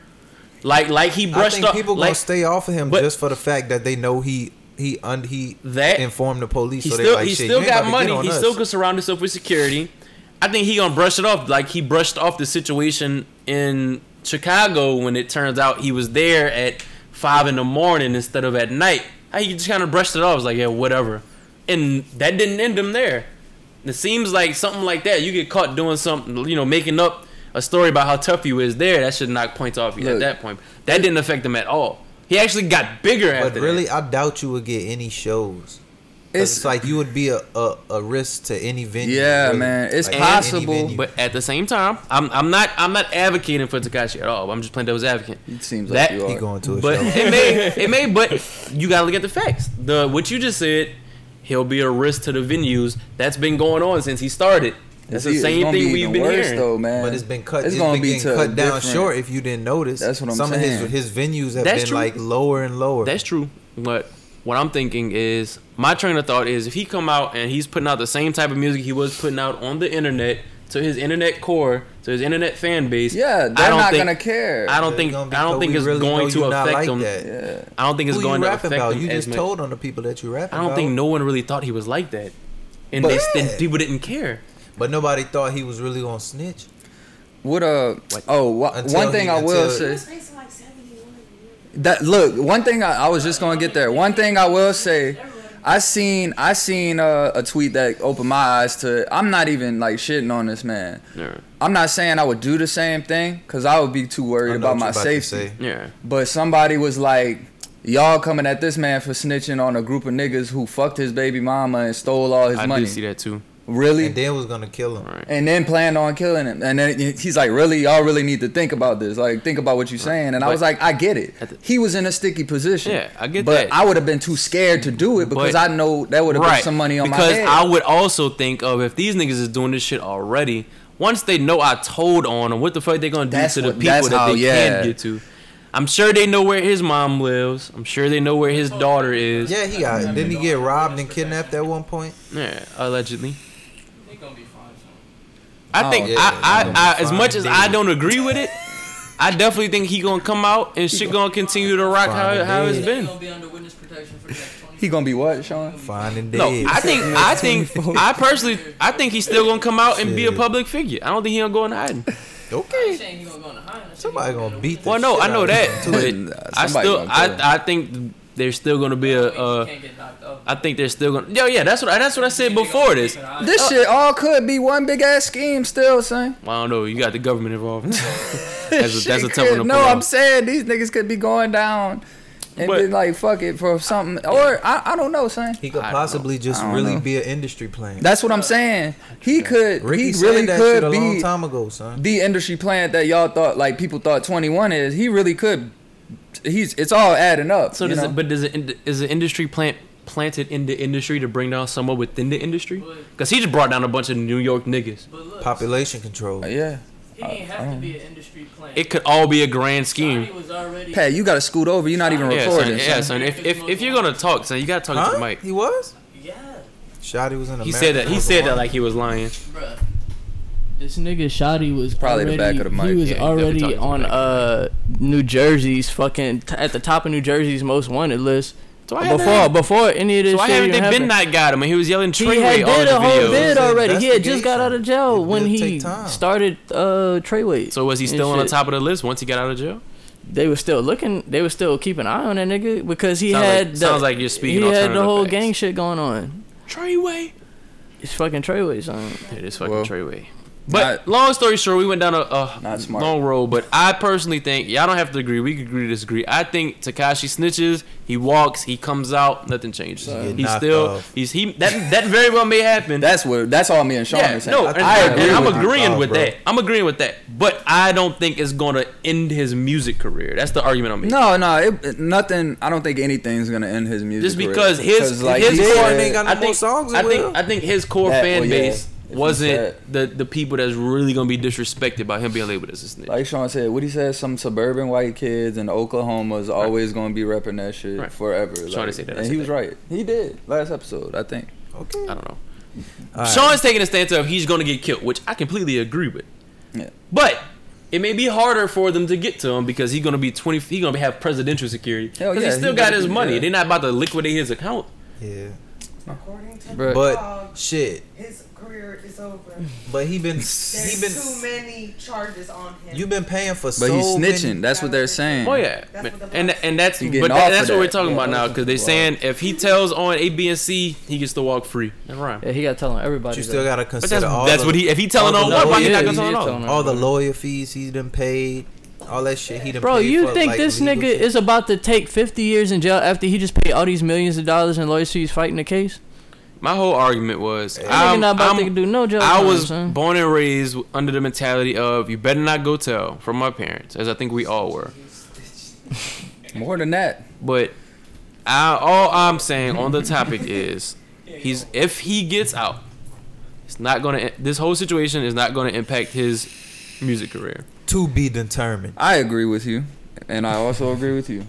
S1: Like like he
S2: I
S1: brushed
S2: think
S1: up.
S2: people gonna
S1: like,
S2: stay off of him
S1: but-
S2: just for the fact that they know he he un, he
S1: That-
S2: informed the police.
S1: He
S2: so they
S1: still,
S2: like,
S1: he
S2: "Shit,
S1: still
S2: you ain't
S1: got
S2: about to get
S1: money.
S2: on
S1: He
S2: us."
S1: still could surround himself with security. I think he gonna brush it off like he brushed off the situation in Chicago when it turns out he was there at five in the morning instead of at night. How he just kind of brushed it off. It was like, yeah, whatever, and that didn't end him there. It seems like something like that. You get caught doing something, you know, making up a story about how tough you is there. That should knock points off you at
S3: Look.
S1: that point. That didn't affect him at all. He actually got bigger
S2: But
S1: after
S2: really,
S1: that.
S2: I doubt you would get any shows. 'Cause It's,
S3: It's-
S2: like you would be a, a, a risk to any venue.
S3: Yeah,
S2: really.
S3: man. It's
S2: Like, any
S3: possible,
S2: venue.
S1: But at the same time, I'm I'm not I'm not advocating for Takashi at all. I'm just playing devil's advocate.
S3: It seems
S1: That-
S3: like you
S2: he
S3: are.
S2: going to a
S1: But
S2: show.
S1: it may it may but you gotta look at the facts. The what you just said, He'll be a risk to the venues. That's been going on since he started. That's the same thing we've been hearing.
S3: though, man.
S2: But it's been cut.
S3: It's
S2: it's
S3: gonna
S2: been
S3: be
S2: getting
S3: to a
S2: cut down
S3: different-
S2: short. If you didn't notice,
S3: That's what I'm
S2: some
S3: saying.
S2: of his his venues have
S1: That's
S2: been
S1: true.
S2: like lower and lower.
S1: That's true. But what I'm thinking is my train of thought is if he come out and he's putting out the same type of music he was putting out on the internet to his internet core, to his internet fan base.
S3: Yeah, they're
S1: I don't
S3: not
S1: think,
S3: gonna care.
S1: I don't
S2: It's
S1: think
S2: gonna be
S1: I don't
S2: so
S1: think
S2: we
S1: it's
S2: really know
S1: going to
S2: you not
S1: affect
S2: like
S1: him.
S2: that.
S3: yeah.
S1: I don't think it's
S2: Who
S1: going
S2: you
S1: to
S2: rap
S1: affect
S2: about?
S1: him
S2: You
S1: as
S2: just
S1: much.
S2: told on the people that you rap
S1: I don't
S2: about.
S1: think no one really thought he was like that, and
S2: But-
S1: they, then people didn't care.
S2: But nobody thought he was really gonna snitch.
S3: What uh
S1: What?
S3: oh wha-
S2: Until
S3: one thing
S2: he-
S3: I
S2: until-
S3: will
S6: He
S3: say
S6: was facing like 71 years.
S3: that look one thing I, I was just gonna get there. One thing I will say, I seen I seen uh, a tweet that opened my eyes to. I'm not even like shitting on this man.
S1: Yeah,
S3: I'm not saying I would do the same thing because I would be too
S2: I
S3: worried
S2: know
S3: about
S2: what you
S3: my
S2: to
S3: safety.
S2: say.
S1: yeah,
S3: But somebody was like, y'all coming at this man for snitching on a group of niggas who fucked his baby mama and stole all his
S1: I
S3: money.
S1: did see that too.
S3: Really?
S2: And then was gonna kill him.
S1: All right.
S3: and then planned on killing him. And then he's like, "Really, y'all really need to think about this. Like, think about what you're saying." And I
S1: But-
S3: was like, "I get it.
S1: At the-
S3: He was in a sticky position.
S1: Yeah, I get
S3: but
S1: that.
S3: I would have been too scared to do it because
S1: But-
S3: I know that would have been some money on
S1: because
S3: my head.
S1: I would also think of if these niggas is doing this shit already, once they know I told on them, what the fuck they gonna do
S3: That's
S1: to the
S3: what-
S1: people
S3: that's
S1: that
S3: how-
S1: they
S3: yeah.
S1: can get to? I'm sure they know where his mom lives. I'm sure they know where his daughter is.
S2: Oh, Yeah, he got. Didn't he get robbed and kidnapped at one point?
S1: Yeah, allegedly.
S5: They gonna be fine. son.
S1: I think
S3: Oh, yeah,
S1: I,
S2: yeah.
S1: I, I, as much as I
S2: Fine,
S1: don't agree with it, I definitely think he gonna come out and shit gonna continue to rock how,
S2: Fine,
S1: how it's
S2: dude.
S5: They
S1: been.
S5: gonna be under witness protection for the next 20
S3: he gonna be what, Sean?
S2: Fine and dead.
S1: No, I think I think I personally I think he's still gonna come out and be a
S2: Shit.
S1: public figure. I don't think he gonna go in hiding.
S5: I'm
S2: okay.
S5: saying he gonna go in the high.
S2: Somebody gonna beat the
S1: Well, no,
S2: shit
S1: I know
S2: out of
S1: that,
S2: him, too.
S1: but
S3: Nah,
S1: I
S3: somebody
S1: still,
S3: gonna kill him.
S1: I, I think there's still gonna be a, uh,
S5: can't get knocked up.
S1: I think there's still gonna, yo, yeah, that's what, that's what I said before this. Well,
S3: This shit all could be one big ass scheme, still, son.
S1: I don't know, you got the government involved. that's a, that's a
S3: Shit
S1: tough
S3: could-
S1: one to pull
S3: No, I'm
S1: off.
S3: saying these niggas could be going down and
S1: But-
S3: be like, "Fuck it" for something, or I, I don't know, son.
S2: He could
S1: I don't know.
S2: possibly just
S3: I don't
S2: really
S3: know.
S2: be an industry plan.
S3: That's what I'm saying. He could.
S2: Uh, Ricky
S3: he really
S2: said that shit
S3: could
S2: a
S3: be
S2: long time ago, son.
S3: the industry plant that y'all thought like people thought 21 is he really could he's it's all adding up
S1: So
S3: you
S1: does
S3: know?
S1: it, but does it, ind- is the industry plant planted in the industry to bring down someone within the industry? Because he just brought down a bunch of New York niggas.
S5: But look,
S2: Population control.
S3: yeah
S5: he didn't have to be an industry plant.
S1: It could all be a grand
S5: Johnny
S1: scheme.
S5: was already.
S3: pat you gotta scoot over you're not even
S1: Yeah,
S3: recording
S1: son, yeah,
S3: son.
S1: son. If, if, if you're gonna talk, son, you gotta talk to the
S2: Huh?
S1: mic.
S2: He was.
S5: Yeah,
S2: Shotty was in.
S1: He
S2: America
S1: said that. He
S2: number
S1: said that
S2: one.
S1: like he was lying.
S5: bruh. This nigga Shotty was
S3: Probably the
S5: already,
S3: back of the mic.
S5: He was
S1: Yeah, he definitely
S5: already
S1: talking to
S5: on
S1: the
S5: uh New Jersey's fucking t- at the top of New Jersey's most wanted list.
S1: So why haven't
S5: Before before any of this
S1: So why
S5: shit
S1: haven't
S5: even
S1: they been
S5: happened.
S1: that guy? I mean, he was yelling
S5: He
S1: Treyway
S5: had
S1: all
S5: did
S1: the
S5: a whole
S1: videos.
S5: bid
S2: It's an
S5: already. He had just got out of jail
S2: investigation. It
S5: when
S2: did
S5: he
S2: take time.
S5: started uh Treyway.
S1: So was he
S5: and
S1: still on the
S5: shit.
S1: top of the list once he got out of jail?
S5: They were still looking. They were still keeping an eye on that nigga because he
S1: Sound like-
S5: had. the,
S1: sounds like you're speaking
S5: He had the
S1: alternative
S5: whole
S1: facts.
S5: gang shit going on.
S1: Treyway.
S5: It's fucking Treyway song.
S1: It is fucking
S3: Well,
S1: Treyway. But long story short, we went down a, a
S3: Not smart.
S1: long road. But I personally think y'all don't have to agree. We could agree to disagree. I think Takashi snitches. He walks. He comes out. Nothing changes.
S2: Get
S1: he's
S2: knocked
S1: still.
S2: off.
S1: He's he. That that very well may happen.
S3: that's what that's all me and sean
S1: yeah,
S3: are saying
S1: no,
S2: I
S1: and,
S2: think
S1: I
S2: I
S1: agree
S2: agree
S1: I'm
S2: with you,
S1: agreeing with
S2: bro.
S1: that. I'm agreeing with that. But I don't think it's gonna end his music career. That's the argument I'm making.
S3: no no it, nothing i don't think anything's gonna end his music
S1: Just
S3: career.
S1: because his-
S3: he
S1: his
S3: said-
S1: core
S2: ain't got- no
S1: I
S2: more
S1: think,
S2: songs
S1: I
S2: it
S1: think
S2: will.
S1: I think his core
S3: That-
S1: fan
S3: well, yeah.
S1: base
S3: If you said-
S1: wasn't the the people that's really gonna be disrespected by him being labeled as a snitch.
S3: like sean said what he said some suburban white kids in oklahoma is always gonna be repping that shit
S1: Right.
S3: forever
S1: Sean
S3: like,
S1: did say that, I
S3: and
S1: said
S3: he was
S1: that.
S3: right he did last episode i think
S2: Okay.
S1: I don't know.
S2: All right.
S1: Sean's taking a stance of he's gonna get killed, which I completely agree with.
S3: Yeah.
S1: But it may be harder for them to get to him because he's gonna be twenty. He's gonna have presidential security
S3: Hell
S1: because
S3: yeah,
S1: he still
S3: he
S1: got
S3: gotta
S1: his
S3: be-
S1: money.
S3: yeah.
S1: They're not about to liquidate his account.
S2: Yeah.
S6: According to
S3: Bruh.
S6: the
S2: But
S6: blog,
S2: shit.
S6: his career is over.
S2: But he been
S6: There's
S2: he been
S6: too many charges on him.
S2: you been paying for so
S3: but he's snitching
S2: many-
S3: that's what they're saying
S1: Oh yeah,
S6: That's what the
S1: and
S6: boss-
S1: and that's
S3: You getting
S1: but
S3: off
S1: that,
S3: of
S1: that's what we're
S3: that.
S1: talking
S3: Yeah,
S1: about now because they're
S3: that's
S1: saying if he tells on A, B, and C, he gets to walk free. That's right.
S4: Yeah, he got telling
S2: But
S4: everybody.
S2: you still gotta
S1: But
S2: consider
S1: that's
S2: all
S1: that's
S2: the,
S1: what he if he telling
S2: all
S1: on
S2: the
S1: one, why
S2: lawyers-
S1: he not gonna
S4: Yeah,
S1: tell
S4: he
S1: on
S4: is
S1: all?
S4: telling
S2: all the lawyer fees he's done paid, all that shit he done
S5: Bro,
S2: paid
S5: you
S2: for,
S5: think
S2: like,
S5: this
S2: legal
S5: nigga
S2: shit.
S5: is about to take 50 years in jail after he just paid all these millions of dollars in lawyers fees fighting the case?
S1: My whole argument was
S5: That nigga
S1: I'm,
S5: not about
S1: I'm-
S5: to do no jail
S1: I
S5: time,
S1: was
S5: son.
S1: born and raised under the mentality of you better not go tell from my parents, as I think we all were.
S3: more than that
S1: But I, all I'm saying on the topic is He's if he gets out, it's not gonna. This whole situation is not gonna impact his music career.
S2: To be determined.
S3: I agree with you, and I also agree with you.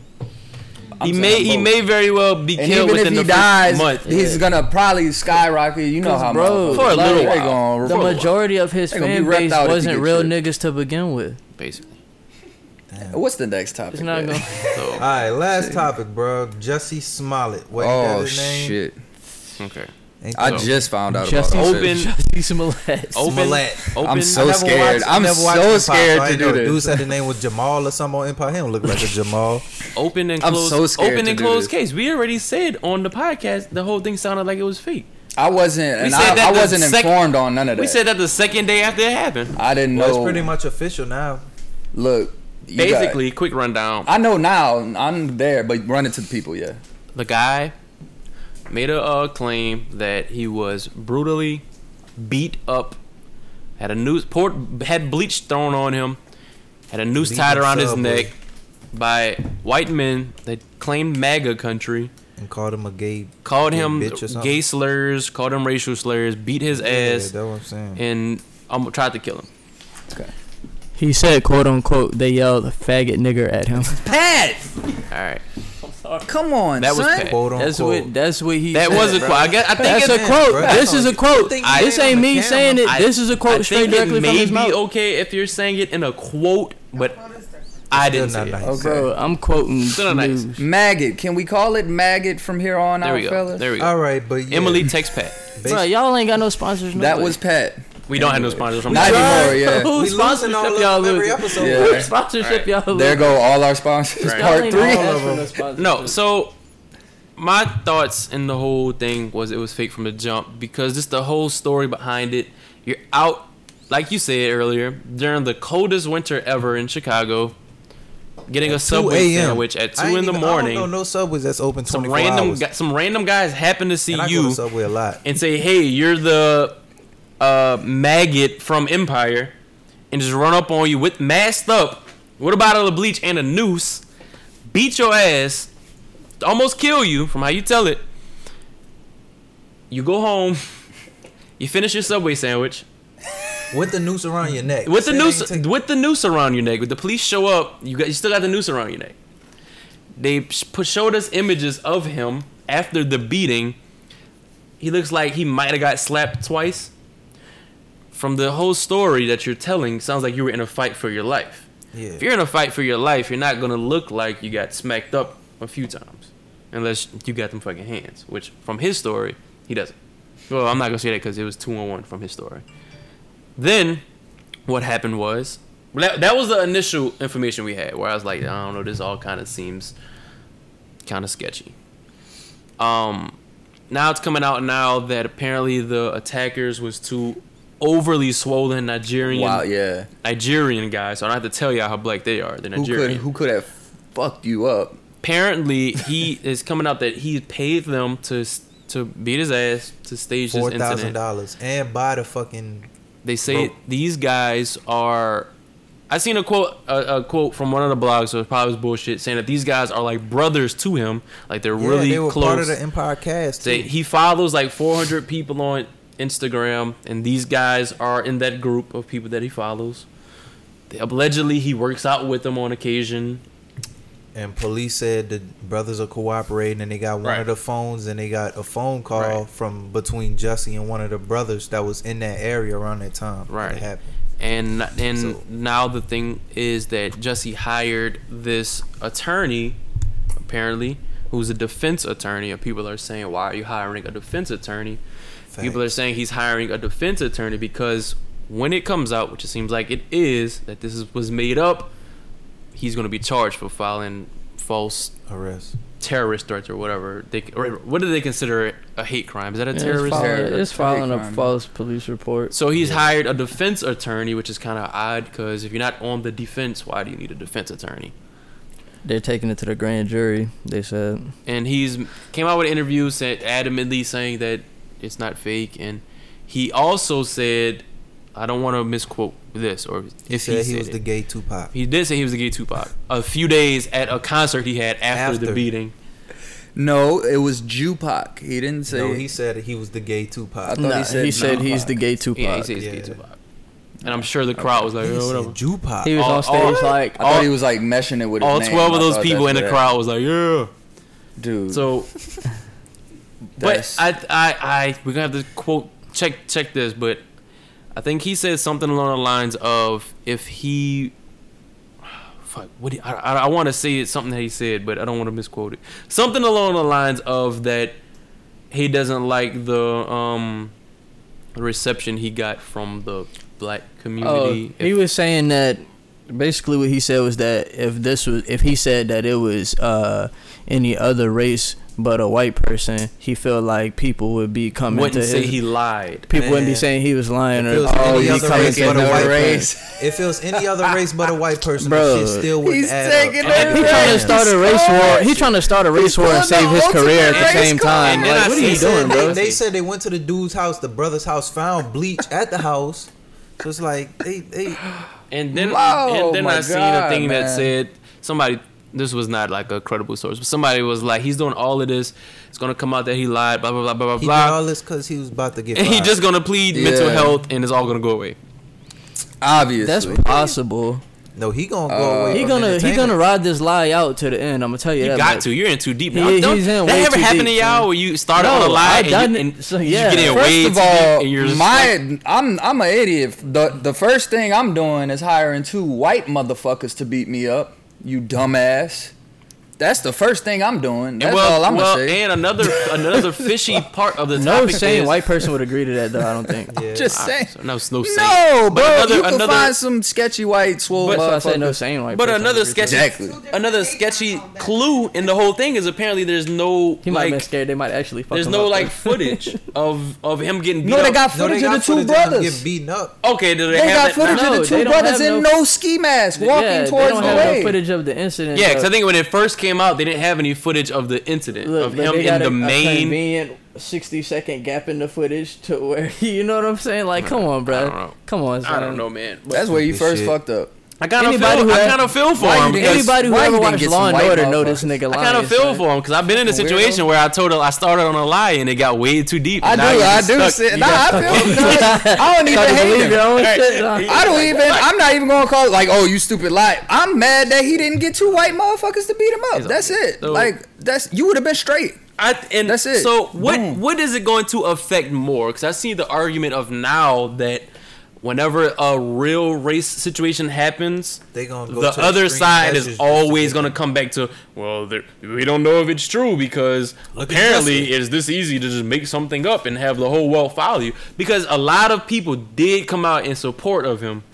S3: I'm
S1: he
S3: saying
S1: may he
S3: both.
S1: may very well be
S3: And
S1: killed
S3: even
S1: within
S3: if he
S1: the
S3: dies,
S1: first month.
S3: he's gonna probably skyrocket. You know
S5: 'Cause,
S3: how,
S5: bro,
S3: motherfuckers
S1: For a
S3: like,
S1: little
S3: they
S1: while.
S3: gonna-
S5: The majority of his
S3: They gonna be
S5: fan
S3: wrecked
S5: base
S3: out if he
S5: wasn't
S3: get
S5: real
S3: shit.
S5: niggas to begin with.
S1: basically.
S3: What's the next topic?
S5: It's not
S3: man?
S5: gonna.
S2: All
S1: So
S2: right, last topic, bro. Jesse Smollett. What
S3: oh
S2: is that his name?
S3: shit!
S1: okay.
S2: Ain't
S3: I
S1: So-
S3: just found out
S5: Justice
S3: about
S1: Open-
S3: this.
S5: Jussie Smollett.
S1: Open,
S2: Smollett.
S1: open.
S3: I'm so
S2: I never
S3: scared.
S2: watched-
S3: I'm
S2: never watched
S3: so
S2: Empire,
S3: scared
S2: I
S3: to
S2: didn't know
S3: do
S2: the Dude
S3: this.
S2: said the name was Jamal or something on Empire. He don't look like a Jamal.
S1: Open and
S3: I'm
S1: closed.
S3: so scared
S1: open
S3: to
S1: and
S3: do
S1: closed
S3: this.
S1: case. We already said on the podcast the whole thing sounded like it was fake.
S3: I wasn't, and
S1: said
S3: I,
S1: that
S3: I
S1: the
S3: wasn't
S1: sec-
S3: informed on none of that.
S1: We said that the second day after it happened.
S3: I didn't
S2: Well,
S3: know.
S2: it's pretty much official now.
S3: Look, you got-
S1: Basically, quick rundown.
S3: I know now. I'm there, but run it to the people. Yeah,
S1: the guy made a uh, claim that he was brutally beat up, had a noose port, had bleach thrown on him, had a noose
S2: Beat
S1: tied around his
S2: himself
S1: neck by white men that claimed MAGA country,
S2: And called him a gay.
S1: called
S2: gay
S1: him
S2: bitch or something.
S1: gay slurs, called him racial slurs, beat his ass,
S2: Yeah, that's what I'm saying.
S1: and um, tried to kill him.
S5: He said, "quote unquote," they yelled "faggot nigger" at him.
S3: Pat,
S1: All right,
S3: come on,
S1: that was
S3: son.
S1: bad.
S2: Quote
S5: That's
S2: unquote.
S5: what. That's what he.
S1: That
S5: said.
S1: was a quote. I guess I think
S5: That's
S1: it's
S5: a quote.
S2: bro.
S5: This is a quote.
S2: think
S1: I-
S5: This ain't me
S2: camera.
S5: saying it.
S1: I-
S5: this is a
S1: I
S5: quote straight
S1: think it
S5: directly from
S1: may
S5: his
S1: be
S5: mouth.
S1: okay if you're saying it in a quote, but
S6: What is that?
S1: I
S2: Still
S1: didn't
S2: not
S1: say it.
S2: nice.
S3: Okay.
S5: Bro, I'm quoting
S1: Still not nice.
S5: news.
S3: Maggot. Can we call it maggot from here on
S1: There
S3: out,
S1: we go.
S3: fellas?
S1: There we go.
S2: All right, but yeah,
S1: Emily text Pat.
S2: basi-
S5: Bro, y'all ain't got no sponsors. No
S3: that
S5: way.
S3: was Pat.
S1: We don't have no sponsors. I'm
S3: Not
S1: sorry.
S3: anymore. Yeah.
S5: Who
S2: We losing all
S5: sponsorship
S2: of
S5: y'all
S2: them every
S5: losing?
S2: episode.
S3: Yeah.
S5: Who sponsorship
S1: All
S5: y'all
S3: There
S5: losing?
S3: go all our sponsors.
S1: Right.
S5: Y'all
S3: Part
S5: ain't gotta
S3: three.
S5: ask for
S2: All of
S5: no
S2: them.
S5: sponsorship.
S1: No, so my thoughts in the whole thing was it was fake from the jump because just the whole story behind it. You're out, like you said earlier, during the coldest winter ever in Chicago, getting a
S2: 2
S1: subway
S2: a.m.
S1: sandwich at
S2: I
S1: two
S2: ain't
S1: in the
S2: even- I don't
S1: morning.
S2: know no subways that's open
S1: Some
S2: 24
S1: random,
S2: hours.
S1: gu- some random guys happen to see
S2: and I go
S1: you
S2: to Subway a lot.
S1: and say, "Hey, you're the uh, maggot from Empire," and just run up on you with masked up, with a bottle of bleach and a noose, beat your ass, almost kill you from how you tell it. You go home, you finish your subway sandwich
S2: With the noose around your neck.
S1: with the
S2: Shit
S1: noose
S2: ain't take-
S1: with the noose around your neck. With the police show up, you got you still got the noose around your neck. They sh- put, showed us images of him after the beating. He looks like he might have got slapped twice. From the whole story that you're telling, sounds like you were in a fight for your life. If
S2: Yeah.
S1: you're in a fight for your life, you're not gonna look like you got smacked up a few times, unless you got them fucking hands. Which, from his story, he doesn't. Well, I'm not gonna say that because it was two on one from his story. Then, what happened was well, that, that was the initial information we had, where I was like, I don't know, this all kind of seems kind of sketchy. Um, now it's coming out now that apparently the attackers was two overly swollen Nigerian
S3: Wow. Yeah.
S1: Nigerian guys. So I don't have to tell y'all how black they are. They're
S3: Who could
S1: Nigerian.
S3: who could have fucked you up?
S1: Apparently, he is coming out that he paid them to to beat his ass to stage this
S2: Four thousand
S1: incident.
S2: dollars and buy the fucking
S1: They say
S2: Bro.
S1: these guys are. I seen a quote a, a quote from one of the blogs, so it probably was bullshit, saying that these guys are like brothers to him, like they're
S2: yeah,
S1: really
S2: they were
S1: close.
S2: part of the Empire cast.
S1: They,
S2: too.
S1: he follows like 400 people on Instagram, and these guys are in that group of people that he follows. They, allegedly, he works out with them on occasion.
S2: and police said the brothers are cooperating and they got one
S1: Right.
S2: of the phones and they got a phone call
S1: Right.
S2: from between Jesse and one of the brothers that was in that area around that time. when
S1: Right.
S2: It happened.
S1: and and
S2: So-
S1: now the thing is that Jesse hired this attorney, apparently, who's a defense attorney, and people are saying, "Why are you hiring a defense attorney?" People are
S2: Facts.
S1: saying he's hiring a defense attorney because when it comes out, which it seems like it is, that this is, was made up, he's going to be charged for filing false
S2: arrest.
S1: terrorist threats or whatever. They or what do they consider it? a hate crime? Is that a
S5: It's
S1: terrorist?
S5: following-
S3: terrorist.
S5: It's following
S3: Terrorist.
S5: a false police report.
S1: So he's hired a defense attorney, which is kind of odd because if you're not on the defense, why do you need a defense attorney?
S5: They're taking it to the grand jury. They said.
S1: And he's came out with an interview said adamantly saying that it's not fake, and he also said, I don't want to misquote this or
S2: He
S1: if
S2: said he,
S1: he, said
S2: was
S1: it.
S2: the gay Tupac.
S1: He did say he was the gay Tupac. A few days at a concert he had after, the
S2: After.
S1: beating,
S3: No, it was Jupac. He didn't say.
S2: no, he said he was the gay
S3: I
S2: Tupac.
S3: thought he
S5: Nah, he said,
S3: said
S5: he's
S3: Tupac.
S5: the gay Tupac.
S1: Yeah, he said it's gay
S2: Yeah.
S1: Tupac. And I'm sure the crowd was like,
S2: He
S1: yo,
S2: said
S1: whatever.
S2: Tupac.
S5: He was
S1: All-
S5: on stage
S1: all-
S5: like,
S3: I thought he was like meshing it with his
S1: All
S3: name.
S1: 12
S3: I
S1: of those
S3: thought
S1: people in
S3: that's
S1: the
S3: what
S1: crowd was like, yeah.
S3: that- dude.
S1: So, but
S3: That's-
S1: I, I, I, we're gonna have to quote check check this, but I think he said something along the lines of if he, fuck, what he, I, I, I want to say it's something that he said, but I don't want to misquote it. Something along the lines of that he doesn't like the um reception he got from the black
S5: oh,
S1: community.
S5: he was saying that basically what he said was that if this was if he said that it was uh any other race but a white person, he felt like people would be coming
S1: wouldn't
S5: to
S1: say
S5: his,
S1: he lied.
S5: people wouldn't be
S2: Man.
S5: saying he was lying
S2: If it
S5: or
S2: was
S5: oh
S2: any
S5: he
S2: other
S5: coming
S2: race
S5: to
S2: but a
S5: another
S2: white
S5: race.
S2: If it was any other race but a white person, the
S5: Bro,
S2: shit still wouldn't
S3: he's
S2: add
S3: taking
S2: up.
S1: it
S5: He trying to
S1: Man.
S5: start a race war. He trying to start a race war and
S3: pulling
S5: save
S3: the
S5: his
S3: ultimate
S5: career at the
S3: race
S5: same
S3: card.
S5: time.
S1: And then
S5: Like,
S1: I
S5: what are
S1: see
S5: you
S1: some-
S5: doing,
S2: they,
S5: bro?
S2: they said they went to the dude's house, the brother's house, found bleach at the house. So it's like they they
S1: And then,
S3: Wow,
S1: and then
S3: my
S1: I seen a
S3: God,
S1: thing that
S3: man.
S1: said somebody. This was not like a credible source, but somebody was like, "He's doing all of this. It's gonna come out that he lied. Blah blah blah blah blah
S2: he did
S1: blah."
S2: all this because he was about to get.
S1: And he
S2: fired.
S1: just gonna plead mental
S3: Yeah.
S1: health, and it's all gonna go away.
S5: That's
S3: obviously.
S5: possible.
S2: no, he gonna
S1: Uh,
S2: go away.
S5: He
S2: from
S5: gonna he
S2: entertainment.
S5: gonna ride this lie out to the end. I'm gonna tell you
S1: You
S5: that.
S1: got
S5: much.
S1: to. You're in too deep.
S5: He-
S1: Now, don't,
S5: he's
S1: that
S5: in way
S1: ever
S5: too
S1: happened
S5: deep,
S1: to y'all
S5: son.
S1: where you started
S5: No,
S1: on a lie
S5: I
S1: and, you,
S5: done it.
S1: and
S5: So,
S1: you
S5: yeah.
S1: get in
S5: First
S1: way
S3: First
S1: too
S3: of
S1: deep,
S3: all,
S1: and you're just like,
S3: my I'm I'm an idiot. The the first thing I'm doing is hiring two white motherfuckers to beat me up. You dumbass. That's the first thing I'm doing. That's
S1: well,
S3: all I'm
S1: well,
S3: gonna say.
S1: and another another fishy part of the
S5: No
S1: topic
S5: sane
S1: is Ah,
S5: white person would agree to that though. I don't think.
S2: Yeah.
S3: Just saying.
S1: So, no, no, sane.
S3: No,
S1: But
S3: bro.
S1: another-
S3: you can
S1: another-
S3: find some sketchy white swole
S5: That's why I say
S3: motherfuckers.
S5: no sane white.
S1: But
S5: person
S1: another
S5: would agree to
S1: sketchy,
S3: Exactly.
S1: another sketchy clue in the whole thing is apparently there's no
S5: that. He might have been
S1: like
S5: scared. They might actually. Fuck
S1: There's
S5: him
S1: no
S5: up,
S1: like
S5: though.
S1: footage of of him getting beat
S3: No, they
S1: up.
S3: got
S2: No, they
S3: footage of
S2: got
S3: the two
S2: footage of them
S3: brothers.
S2: get beaten up.
S1: okay. Do they,
S3: They
S1: have
S3: got
S1: that now?
S3: footage
S5: No,
S3: of the
S5: they
S3: two
S5: don't
S3: brothers
S5: have
S3: in
S5: no-
S3: no ski mask walking
S5: yeah, they
S3: towards
S5: don't
S3: the
S5: have
S3: way.
S5: no footage of the incident.
S1: Yeah,
S5: though.
S1: because I think when it first came out, they didn't have any footage of the incident
S5: Look,
S1: of
S5: but
S1: him
S5: they
S1: in
S5: got
S1: the
S5: a, a
S1: main.
S5: convenient 60 second gap in the footage to where you know what I'm saying. Like, come on,
S1: I
S5: bro.
S1: don't know.
S5: Come on,
S1: I
S5: son.
S1: don't know, man. But
S3: That's where you
S2: This
S3: first
S2: shit.
S3: fucked up.
S1: I kind of
S5: Anybody
S1: feel.
S5: who
S1: I
S5: had-
S1: kind of feel for
S3: Why you
S1: him.
S3: didn't-
S1: because
S5: Anybody who
S3: Why you
S5: ever
S3: didn't
S5: watched
S3: get
S5: Law
S3: some
S5: and
S3: white
S5: Order know this
S3: motherfuckers?
S5: nigga lying.
S1: I kind of feel
S5: son.
S1: for him because I've been in a
S3: Fucking
S1: situation where I told I started on a lie and it got way too deep.
S3: I
S1: and
S3: do,
S1: now you're
S3: I
S1: just
S3: do.
S1: stuck.
S3: Sit,
S1: You
S3: nah,
S1: got-
S3: I feel good. I don't even
S5: Gotta believe
S3: hate
S5: your
S3: him.
S5: own
S1: Right.
S5: shit, son.
S3: I don't even. I'm not even gonna call it like, oh, you stupid lie. I'm mad that he didn't get two white motherfuckers to beat him up. That's it.
S1: So-
S3: Like that's you would have been straight.
S1: I, and
S3: That's it.
S1: So what
S3: Boom.
S1: what is it going to affect more? Because I see the argument of now that whenever a real race situation happens,
S2: They gonna go
S1: the
S2: to the
S1: other
S2: extreme
S1: side
S2: measures
S1: is
S2: just to
S1: always
S2: get
S1: going to
S2: them.
S1: come back to well, there- we don't know if it's true because
S2: Look at
S1: apparently
S2: Justin.
S1: it's this easy to just make something up and have the whole world follow you. Because a lot of people did come out in support of him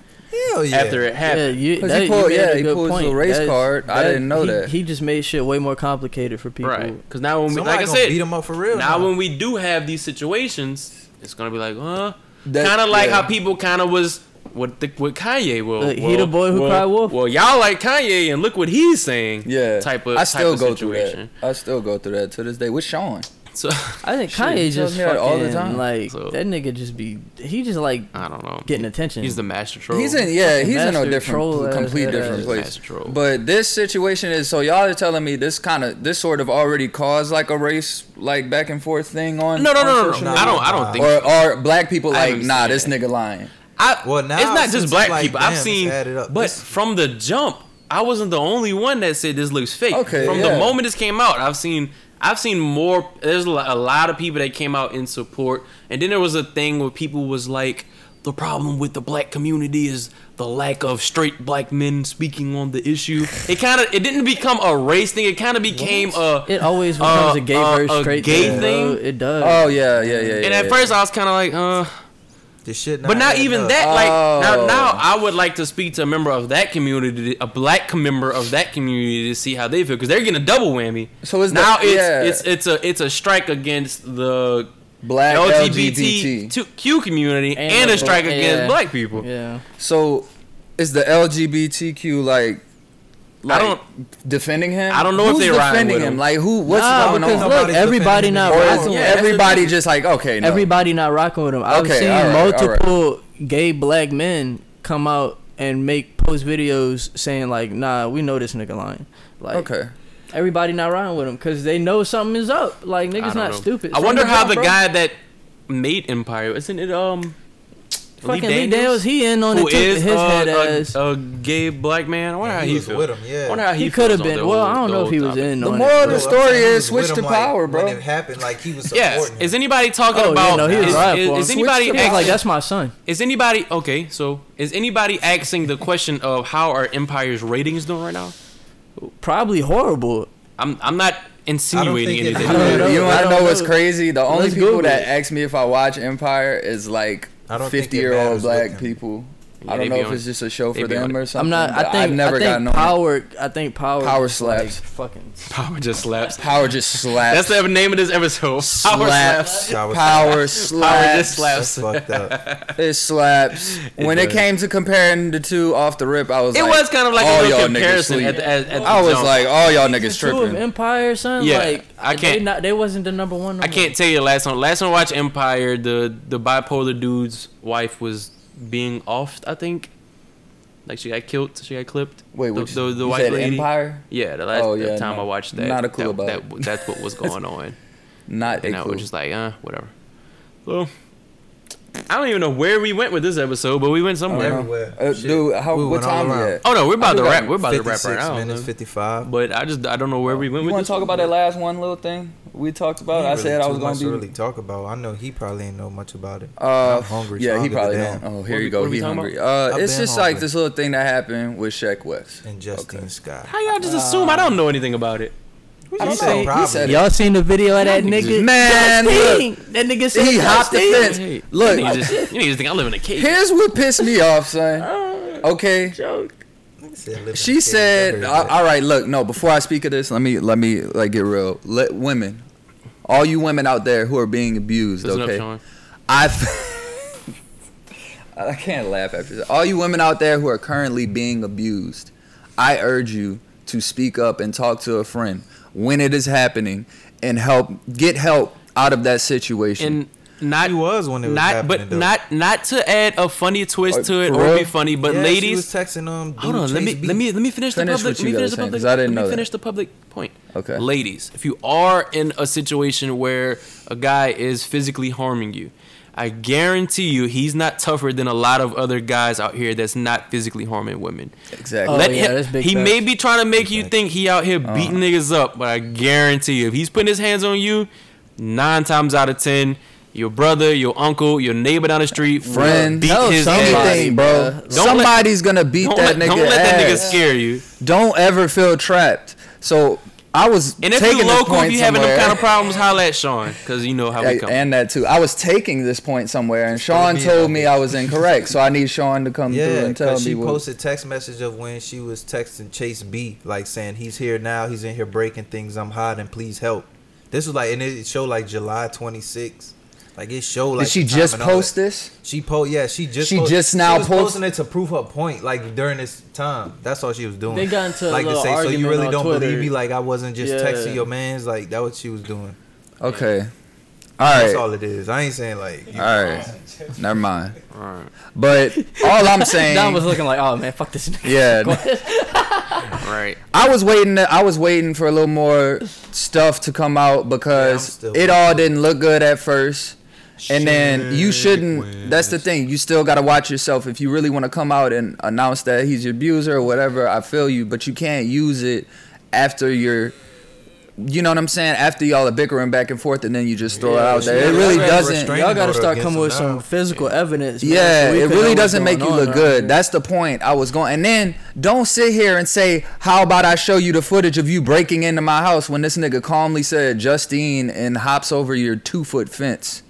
S2: Hell yeah.
S1: after it
S5: Yeah,
S1: happened.
S5: you,
S3: 'Cause
S5: that,
S3: he pulled-
S5: you made
S3: yeah,
S5: a
S3: he
S5: good
S3: pulled his
S5: point.
S3: little race
S5: That-
S3: card. I didn't know
S5: he-
S3: that.
S5: He just made shit way more complicated for people.
S1: Right, because now when we,
S2: Somebody
S1: like I
S2: gonna
S1: said,
S2: beat him up for real
S1: Now,
S2: now.
S1: when we do have these situations, it's gonna be like, huh?
S3: That-
S1: Kind of like
S3: yeah.
S1: how people kind of was what the, what Kanye will.
S5: Look, he
S1: well,
S5: the boy who
S1: well,
S5: cried wolf.
S1: Well, y'all like Kanye, and look what he's saying.
S3: Yeah,
S1: type of
S3: I still
S1: type
S3: go
S1: of situation.
S3: through that. I still go through that to this day with Sean.
S1: So
S5: I think
S1: Shit,
S5: Kanye
S1: he
S5: just
S3: tells me that
S5: fucking
S3: all the time.
S5: like
S1: So-
S5: that nigga just be he just like
S1: I don't know.
S5: getting attention.
S1: He's the master troll.
S3: He's in yeah,
S5: Fucking
S3: he's in a
S5: master
S3: different,
S5: troll ass
S3: complete
S5: nigga.
S3: different
S5: Yeah,
S3: place.
S1: master troll.
S3: But this situation is so y'all are telling me this kind of this sort of already caused like a race like back and forth thing on
S1: No, no,
S3: on
S1: no, no,
S3: social
S1: no.
S2: media.
S1: I don't. I don't think.
S3: media? Or are black people
S1: I
S3: like
S1: haven't
S3: nah
S1: seen
S3: this
S1: that.
S3: nigga lying?
S1: I,
S2: Well, now
S1: it's not
S2: since
S1: just
S2: it's
S1: black
S2: like,
S1: people.
S2: damn,
S1: I've
S2: it's
S1: seen,
S2: added up.
S1: but
S2: This-
S1: from the jump, I wasn't the only one that said this looks fake.
S3: Okay,
S1: from the
S3: yeah.
S1: moment this came out, I've seen, I've seen more. There's a lo- a lot of people that came out in support, and then there was a thing where people was like, the problem with the black community is the lack of straight black men speaking on the issue. It kind of, it didn't become a race thing. It kind of became a.
S5: it always becomes
S1: Uh,
S5: a gay
S1: uh,
S5: versus
S1: a
S5: straight
S1: gay
S5: thing.
S1: thing? Uh,
S5: bro. It does.
S3: Oh yeah, yeah, yeah.
S1: and
S3: yeah,
S1: at
S3: yeah.
S1: first, I was kind of like, uh.
S2: This shit
S1: But not
S2: adding
S1: even
S2: up.
S1: that. Like now,
S3: Oh.
S1: now I would like to speak to a member of that community, a black member of that community, to see how they feel because they're getting a double whammy.
S3: So is
S1: now
S3: the-
S1: it's,
S3: yeah.
S1: it's it's a it's a strike against the
S3: black LGBT.
S1: LGBTQ community and,
S5: the
S1: a strike
S5: black-
S1: against
S5: yeah.
S1: black people.
S5: Yeah.
S3: So is the LGBTQ like like
S1: don't-
S3: defending him?
S1: I don't know if
S3: Who's
S1: they ride
S3: defending
S1: with
S3: him?
S1: him.
S3: Like who what's
S5: Nah,
S3: going
S5: because
S3: on?
S5: look,
S2: Nobody's
S5: everybody
S2: defending
S5: not
S2: him.
S3: or
S2: Or
S5: rocking.
S3: is
S1: Yeah, that's the
S3: everybody
S1: thing.
S3: just like okay, no.
S5: Everybody not rocking with him. I've
S3: Okay,
S5: seen
S3: alright, alright.
S5: multiple gay black men come out and make post videos saying like, "Nah, we know this nigga lying." Like,
S3: okay.
S5: everybody not riding with him because they know something is up. Like
S1: I
S5: niggas
S1: don't
S5: not
S1: know.
S5: stupid.
S1: I
S5: Same
S1: wonder
S5: with
S1: how
S5: Brock,
S1: the
S5: bro.
S1: guy that made Empire isn't it um
S5: fucking Lee Daniels, he in on it
S1: who
S5: too.
S1: is
S5: his
S1: uh,
S5: head
S1: a,
S5: ass.
S1: a gay black man. I wonder how
S2: he
S1: he
S2: was
S1: feels.
S2: with him, yeah.
S1: I wonder how
S5: he
S1: he
S5: could
S1: feels
S5: have
S1: on
S5: been.
S1: the
S5: Well,
S1: whole-
S5: I don't
S1: the
S5: know if
S1: whole
S5: he was
S1: topic.
S5: in
S3: The
S5: on
S3: moral
S5: it.
S3: of
S5: bro.
S3: the story
S2: He
S3: is
S2: was with
S3: switch to
S2: him, like,
S3: power, bro.
S2: When it happened, like he was
S1: Yes.
S2: supporting.
S1: Is
S2: him.
S1: anybody talking
S5: Oh
S1: about?
S5: yeah, no, he was
S1: is,
S5: right
S1: is-
S5: for him.
S1: is anybody
S5: He was like
S1: asking-
S5: that's my son?
S1: Is anybody okay? So is anybody asking the question of how are Empire's ratings doing right now?
S5: Probably horrible.
S1: I'm I'm not insinuating
S2: think it-
S1: anything.
S5: I don't
S3: You
S5: know.
S3: know,
S5: I
S3: I
S5: don't
S3: know what's
S5: know.
S3: crazy. The only
S5: Let's
S3: people
S5: Google
S3: that
S5: it.
S3: ask me if I watch Empire is like
S2: I don't think it
S3: fifty year old
S2: matters with
S3: black
S2: them.
S3: people.
S1: Yeah,
S3: I
S1: they
S3: don't know
S1: be
S3: if
S1: on
S3: it's
S1: it.
S3: just a show
S1: They
S3: for
S1: be on
S3: them
S1: it.
S3: or something.
S5: I'm not. I
S3: but
S5: think.
S3: I've never
S5: I think
S3: gotten on it.
S5: power. I think power.
S3: Power
S5: just, like,
S3: slaps.
S5: fucking.
S1: Power just slaps.
S3: Power just slaps.
S1: That's the name of this episode. Power
S3: slaps.
S2: Power slaps.
S3: Power
S1: Power just
S3: slaps.
S2: That's
S1: slaps.
S2: fucked up.
S3: It slaps. when it
S1: does.
S3: came to comparing the two off the rip, I was
S1: It
S3: like,
S1: was kind of like
S3: all
S1: a little
S3: y'all niggas
S1: comparison
S3: sleep.
S1: at the, at, at the
S3: I was
S1: jump.
S3: like, all y'all
S5: The
S3: niggas
S5: Two of
S3: tripping.
S5: Empire, son.
S1: Yeah,
S5: like,
S1: I
S5: They,
S1: can't-
S5: not, they wasn't the number one.
S1: I can't tell you the last one. Last time I watched Empire, the the bipolar dude's wife was being off. I think, like she got killed. She got clipped.
S3: Wait,
S1: the
S3: which
S1: the, the
S3: you
S1: white
S3: said
S1: lady.
S3: Empire?
S1: Yeah, the last
S3: Oh,
S1: the
S3: yeah,
S1: time
S3: no.
S1: I watched that,
S3: Not a clue
S1: that,
S3: about
S1: that,
S3: it.
S1: w- That's what was going on,
S3: Not a
S1: and I
S3: clue.
S1: was just like, uh, whatever. So, I don't even know where we went with this episode, but we went somewhere.
S2: Everywhere.
S3: Uh,
S2: Shit.
S3: dude, how,
S2: We
S3: what
S2: went all
S3: time
S2: around.
S3: we at?
S1: Oh no, we're about
S3: I
S1: to
S3: forgot.
S1: wrap. We're about to wrap right
S2: 56
S1: now.
S2: minutes,
S1: man.
S2: 55.
S1: But I just I don't know where we went
S3: You
S1: with
S3: want
S1: this.
S3: to talk about that last one little thing we talked about? Oh, I
S2: Ain't
S3: said
S2: really
S3: I
S2: too
S3: was
S2: much
S3: gonna
S2: to
S3: be.
S2: really talk about. I know he probably ain't know much about it.
S3: Uh,
S2: I'm hungry, so
S3: yeah,
S2: I'll
S3: he
S2: give it
S3: probably
S2: down.
S3: don't. Oh, here
S1: What
S3: you
S1: we-
S3: go.
S1: what we
S3: He
S1: talking
S3: hungry. Uh,
S2: I've
S3: it's
S2: been
S3: just like
S2: hungry.
S3: this little thing that happened with Sheck West.
S2: And Justin
S3: Okay.
S2: Scott.
S1: How y'all just assume I don't know anything about it?
S3: I
S2: He
S3: don't
S2: said
S3: know. He
S2: probably.
S3: said it.
S5: Y'all seen the video of that
S1: niggas
S5: nigga?
S1: is-
S3: Man, look.
S5: Sting! that nigga said
S3: He hopped the
S5: Sting.
S3: fence. Look,
S1: You niggas just, you niggas think I live in a cave.
S3: here's what pissed me off, son.
S1: Uh,
S3: Okay,
S2: He said living in
S3: She
S2: a
S3: said,
S2: cave.
S3: "All all right, look, no. Before I speak of this, let me let me like get real. Let women, all you women out there who are being abused,
S1: Listen up,
S3: okay.
S1: Sean.
S3: I f- I can't laugh after that. All you women out there who are currently being abused, I urge you to speak up and talk to a friend when it is happening and help get help out of that situation.
S1: and not
S2: He was when it was
S1: not,
S2: happening,
S1: but
S2: though.
S1: not not to add a funny twist
S3: Uh,
S1: to it
S3: for
S1: or
S3: real?
S1: be funny, but
S2: Yeah, she
S1: ladies,
S2: was texting um. Dude,
S1: hold on. Let me
S2: Chase B.
S1: let me let me finish,
S3: Finish
S1: the public.
S3: what
S1: Let
S3: you
S1: me
S3: gotta
S1: finish the
S3: say,
S1: public.
S3: 'cause I didn't
S1: let
S3: know
S1: me
S3: that.
S1: finish the public point.
S3: Okay.
S1: ladies, if you are in a situation where a guy is physically harming you. I guarantee you, he's not tougher than a lot of other guys out here that's not physically harming women.
S3: exactly.
S5: Oh,
S1: uh, Let
S5: yeah,
S1: him-
S5: that's big
S1: he
S5: facts.
S1: may be trying to make you
S2: facts.
S1: think he out here
S3: Uh-huh.
S1: beating niggas up, but I guarantee you, if he's putting his hands on you, nine times out of ten, your brother, your uncle, your neighbor down the street, will
S3: Friend,
S1: beat
S5: tell
S1: his
S5: somebody,
S1: ass.
S3: Anything, bro.
S1: Don't let-
S3: Somebody's gonna beat
S1: Don't,
S3: that
S1: let,
S3: nigga.
S1: don't let that nigga
S3: ass.
S1: scare you.
S3: don't ever feel trapped. So I was
S1: And if
S3: taking
S1: you
S3: this
S1: local, if
S3: point
S1: you having them
S3: somewhere-
S1: kind of problems, holla at Sean, cause you know how we
S3: Hey,
S1: come.
S3: and that too. I was taking this point somewhere, and Sean
S2: me
S3: told
S2: out
S3: me
S2: here.
S3: I was incorrect. So I need Sean to come through
S2: Yeah,
S3: and tell
S2: because
S3: me
S2: she
S3: what.
S2: posted text message of when she was texting Chase B, like saying he's here now, he's in here breaking things, I'm hiding, please help. This was like, and it showed like July 26th. Like it showed like.
S3: Did she
S2: the time
S3: just
S2: and all that.
S3: post this?
S2: She po yeah she just
S3: She
S2: post-
S3: just now
S2: she was
S3: post-
S2: posting it to prove her point like during this time that's all she was doing
S5: They got into a
S2: like
S5: little
S2: so you
S5: argument
S2: really
S5: on
S2: don't
S5: Twitter."
S2: believe me like I wasn't just
S5: Yeah.
S2: texting your man's like that what she was doing
S3: Okay. All
S2: that's
S3: right. All
S2: all it is I ain't saying like you,
S3: right. Never mind.
S1: Alright.
S3: But all I'm saying.
S5: Don was looking like, oh man, fuck this nigga.
S3: yeah.
S1: Right.
S3: I was waiting. I was waiting for a little more stuff to come out
S2: Yeah, I'm
S3: because
S2: still
S3: it all didn't look good at first. And then you shouldn't. That's the thing. You still gotta watch yourself if you really want to come out and announce that he's your abuser or whatever. I feel you, but you can't use it after you're. You know what I'm saying? After y'all are bickering back and forth, and then you just throw it out there.
S2: yeah,
S3: It
S2: that's
S3: really
S2: right.
S3: doesn't.
S2: Restraint.
S5: Y'all got
S2: order
S5: to start
S2: against
S5: coming
S2: him
S5: with
S2: now.
S5: some physical evidence. man,
S3: Yeah,
S5: so we
S3: it
S5: could know
S3: really
S5: what's
S3: doesn't
S5: going
S3: make you
S5: on
S3: look
S5: around
S3: good.
S5: here.
S3: That's the point I was going. And then don't sit here and say, "How about I show you the footage of you breaking into my house?" When this nigga calmly said, "Justine," and hops over your two foot fence.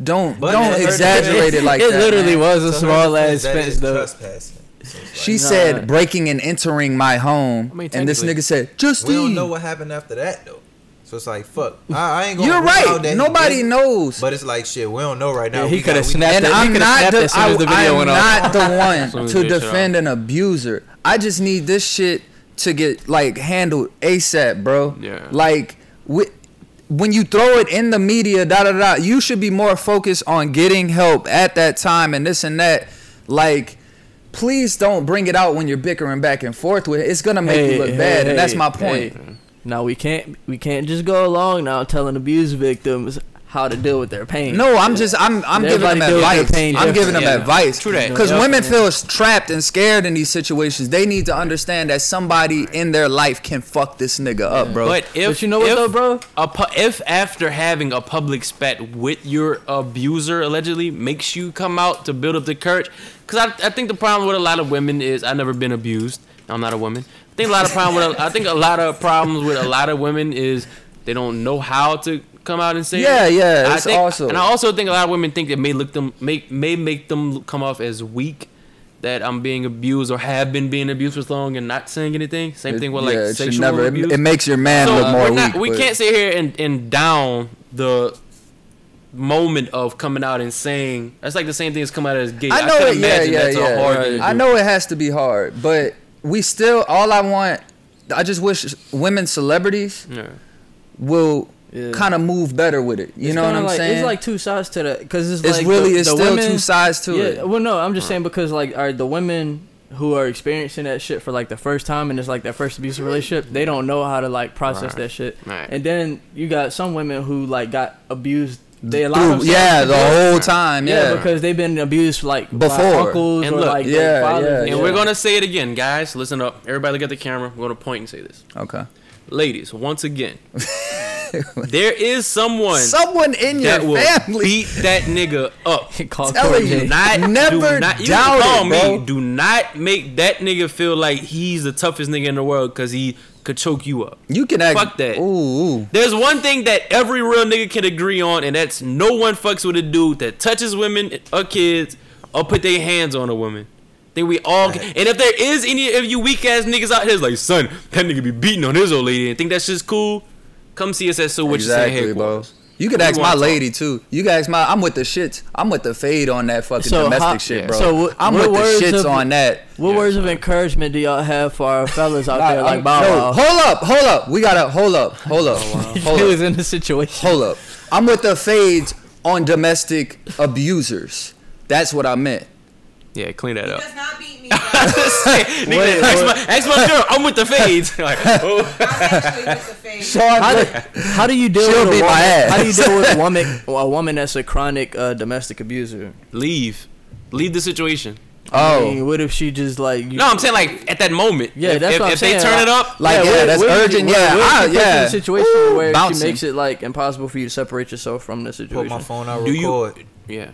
S3: Don't
S2: But
S3: don't
S2: it's her
S3: exaggerate
S2: defense.
S3: it like
S5: it
S3: that.
S5: literally
S3: man.
S5: was a
S2: So her
S5: small
S2: defense,
S5: ass
S2: that is
S5: fence though.
S2: trespassing. So it's like-
S3: She
S5: Nah.
S3: said breaking and entering my home,
S1: I mean,
S3: and this
S1: technically-
S3: nigga said,
S2: We don't
S3: "Justine."
S2: know what happened after that though. So it's like fuck. I, I ain't gonna.
S3: You're
S2: rule out
S3: right.
S2: that he
S3: Nobody
S2: did it,
S3: knows.
S2: But it's like shit. We don't know right now.
S5: Yeah, he
S2: We
S5: coulda
S2: got- we-
S5: snapped
S3: and
S5: After-
S3: I'm
S5: he could've
S3: not
S5: snapped
S3: the,
S5: as soon as the
S3: I-
S5: video
S3: I'm
S5: went
S3: not the
S1: soon
S3: one
S1: as
S3: to
S1: they shut
S3: defend an abuser. I just need this shit to get like handled ASAP, bro.
S1: Yeah.
S3: Like wi- when you throw it in the media, da da da, you should be more focused on getting help at that time and this and that. Like please don't bring it out when you're bickering back and forth with it. It's gonna make
S5: Hey,
S3: you look
S5: hey,
S3: bad,
S5: hey,
S3: and that's my point.
S5: hey. Now we can't we can't just go along now telling abuse victims how to deal with their pain.
S3: No, I'm just I'm I'm giving
S5: Everybody
S3: them
S5: deals with their
S3: advice.
S5: pain
S3: I'm giving them
S5: differently.
S3: advice.
S1: True that.
S3: Because
S5: Yeah.
S3: women feel trapped and scared in these situations. They need to understand that somebody in their life can fuck this nigga up, bro.
S1: But if
S5: But you know what
S1: if
S5: though, bro?
S1: a pu- if after having a public spat with your abuser allegedly makes you come out to build up the courage, because I, I think the problem with a lot of women is I've never been abused. I'm not a woman. I think a lot of problem with a, I think a lot of problems with a lot of women is they don't know how to come out and say.
S3: Yeah,
S1: it.
S3: yeah,
S1: I
S3: it's
S1: think-
S3: also-
S1: and I also think a lot of women think it may look them make may make them come off as weak. That I'm being abused or have been being abused for so long and not saying anything. Same thing with like
S3: Yeah, it should
S1: sexual
S3: never- it-
S1: abuse.
S3: It makes your man
S1: So uh,
S3: look more
S1: we're not,
S3: weak.
S1: we
S3: but-
S1: can't sit here and, and down the moment of coming out and saying that's like the same thing as coming out as gay.
S3: I know
S1: could
S3: it. Yeah,
S1: imagine
S3: yeah,
S1: that's
S3: yeah.
S1: a hard thing to
S3: I
S1: do.
S3: know it has to be hard, but we still. All I want, I just wish women celebrities
S1: Yeah.
S3: will
S5: Yeah.
S3: kind of move better with it. You
S5: It's
S3: know what
S5: kinda
S3: I'm
S5: like,
S3: saying?
S5: It's like two sides to that because it's,
S3: It's
S5: like
S3: really
S5: the,
S3: it's
S5: the
S3: still
S5: women,
S3: two sides to
S5: yeah,
S3: it.
S5: Well, no, I'm just saying because like, are the women who are experiencing that shit for like the first time and it's like their first abusive relationship, they don't know how to like process
S1: Right.
S5: that shit.
S1: Right.
S5: And then you got some women who like got abused. They
S3: Through-
S5: allowed
S3: yeah, the whole time.
S5: yeah,
S3: Yeah.
S5: because they've been abused like by
S3: Before.
S5: uncles
S1: And
S5: or
S1: look,
S5: like
S3: yeah,
S5: their fathers.
S3: yeah,
S5: and
S1: And
S5: shit.
S1: we're gonna say it again, guys. Listen up. Everybody look at the camera. We're gonna point and say this.
S3: okay.
S1: Ladies, once again. there is someone
S3: Someone in your
S1: that will
S3: family.
S1: beat that nigga up.
S5: call
S3: Telling
S5: Courtney.
S3: you.
S1: Do not
S3: Never
S1: do not, you
S3: doubt
S1: can call
S3: it,
S1: me.
S3: bro.
S1: Do not make that nigga feel like he's the toughest nigga in the world because he could choke you up.
S3: You can act.
S1: Fuck that.
S3: Ooh. ooh.
S1: There's one thing that every real nigga can agree on, and that's no one fucks with a dude that touches women or kids or put their hands on a woman. Think we all can. And if there is any of you weak ass niggas out here, that's like, son, that nigga be beating on his old lady and think that shit's cool, come see us at So What You Say
S3: Exactly, bro.
S1: Headquarters.
S3: You could
S1: We
S3: ask
S1: wanna
S3: my
S1: talk.
S3: lady too. You could ask my. I'm with the shits. I'm with the fade on that fucking
S5: So
S3: domestic
S5: how-
S3: shit,
S5: yeah.
S3: bro.
S5: So what-
S3: I'm
S5: what
S3: with
S5: words
S3: the shits
S5: of-
S3: on that.
S5: What
S1: Yeah,
S5: words of encouragement do y'all have for our fellas out there
S3: Nah,
S5: like uh,
S3: I'm-
S5: Bow
S3: no,
S5: Wow?
S3: Hold up, hold up. We gotta hold up, hold up, hold
S5: He
S3: up,
S5: was in the situation.
S3: hold up. I'm with the fades on domestic abusers. That's what I meant.
S1: Yeah, clean that
S6: He
S1: up.
S6: does not beat me. guys.
S1: Nigga, ask, My, ask my girl, I'm with the fades. Like, oh.
S6: I'm actually with the fade.
S5: How do, how do you deal
S3: She'll
S5: with a
S3: beat my
S5: woman,
S3: ass.
S5: How do you deal with a woman, a woman that's a chronic uh, domestic abuser?
S1: Leave. Leave the situation.
S5: I
S3: Oh,
S5: mean, what if she just like you,
S1: No, I'm saying like at that moment.
S5: Yeah,
S1: if,
S5: that's
S1: if,
S5: what I'm
S1: if
S5: saying.
S1: they turn it up,
S3: like yeah,
S5: what-
S3: that's
S5: what if she-
S3: urgent.
S5: what-
S3: yeah,
S5: what if
S3: I,
S5: she puts you in
S3: yeah.
S5: a situation
S3: Ooh,
S5: where she
S3: bouncing.
S5: makes it like impossible for you to separate yourself from the
S2: Put
S5: situation.
S2: my phone out,
S1: Do you-
S2: record.
S1: yeah.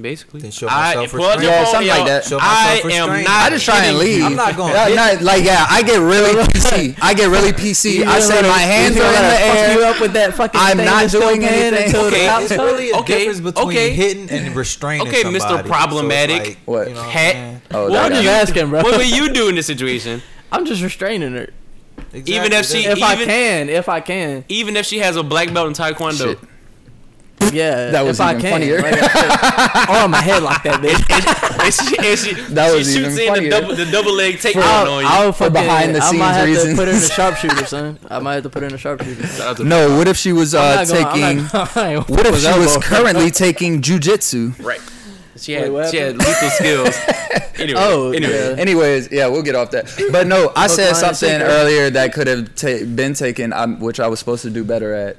S1: Basically,
S2: Then show
S1: I-
S2: myself
S1: pull out
S2: restraint.
S1: your
S3: Yeah,
S1: phone,
S3: something
S1: yo.
S3: like that.
S2: Show
S1: I
S2: myself
S1: am
S2: restraint.
S1: not.
S3: I just try and
S1: kidding you.
S3: leave.
S2: I'm not going.
S3: Yeah, not- like yeah, I get really PC. I get really PC. I say my hands are in the air.
S5: You up with that fucking
S3: I'm
S5: thing
S3: not
S5: that's still
S3: doing
S5: in
S3: anything.
S5: until
S1: Okay.
S5: the cops
S2: It's
S5: come?
S2: really a
S1: Okay,
S2: difference between
S1: okay.
S2: hitting and restraining.
S1: Okay, Mr.
S2: somebody. So it's
S1: Problematic.
S2: like,
S3: What?
S2: you know I'm
S1: Hat.
S2: saying?
S3: Oh,
S1: what
S3: that
S1: would
S3: guy.
S1: you
S5: I'm asking, bro.
S1: What would you do in this situation?
S5: I'm just restraining her.
S1: Even E if
S2: Exactly.
S1: she-
S5: If I
S1: Even-
S5: can, if I can,
S1: Even if she has a black belt in taekwondo,
S3: Shit.
S5: yeah.
S3: That was
S5: if I
S3: even
S5: can,
S3: funnier.
S5: Like, oh, my head like that, bitch.
S1: and she, and she,
S3: That
S1: she
S3: was even
S1: shoots in the
S3: funnier.
S1: double, the double leg takedown
S5: I'll,
S1: on you.
S5: I'll
S3: For
S5: fucking,
S3: behind the
S5: I might
S3: scenes
S5: have to
S3: reasons.
S5: put her in a sharpshooter, son. I might have to put her in a sharpshooter.
S1: Shout out to-
S3: No, what if she was
S5: I'm
S3: uh,
S5: not gonna- I'm
S3: taking?
S5: not gonna-
S3: What if
S5: Was
S3: she
S5: that
S3: was
S5: both?
S3: currently taking jujitsu?
S1: Right. She
S5: Wait,
S1: had
S5: what
S1: she had lethal skills. Anyway,
S5: Oh,
S1: anyway.
S3: Anyways, yeah, we'll get off that. But no, I
S5: Hook,
S3: said
S5: line, and
S3: something
S5: sinker.
S3: earlier that could have ta- been taken, um, which I was supposed to do better at.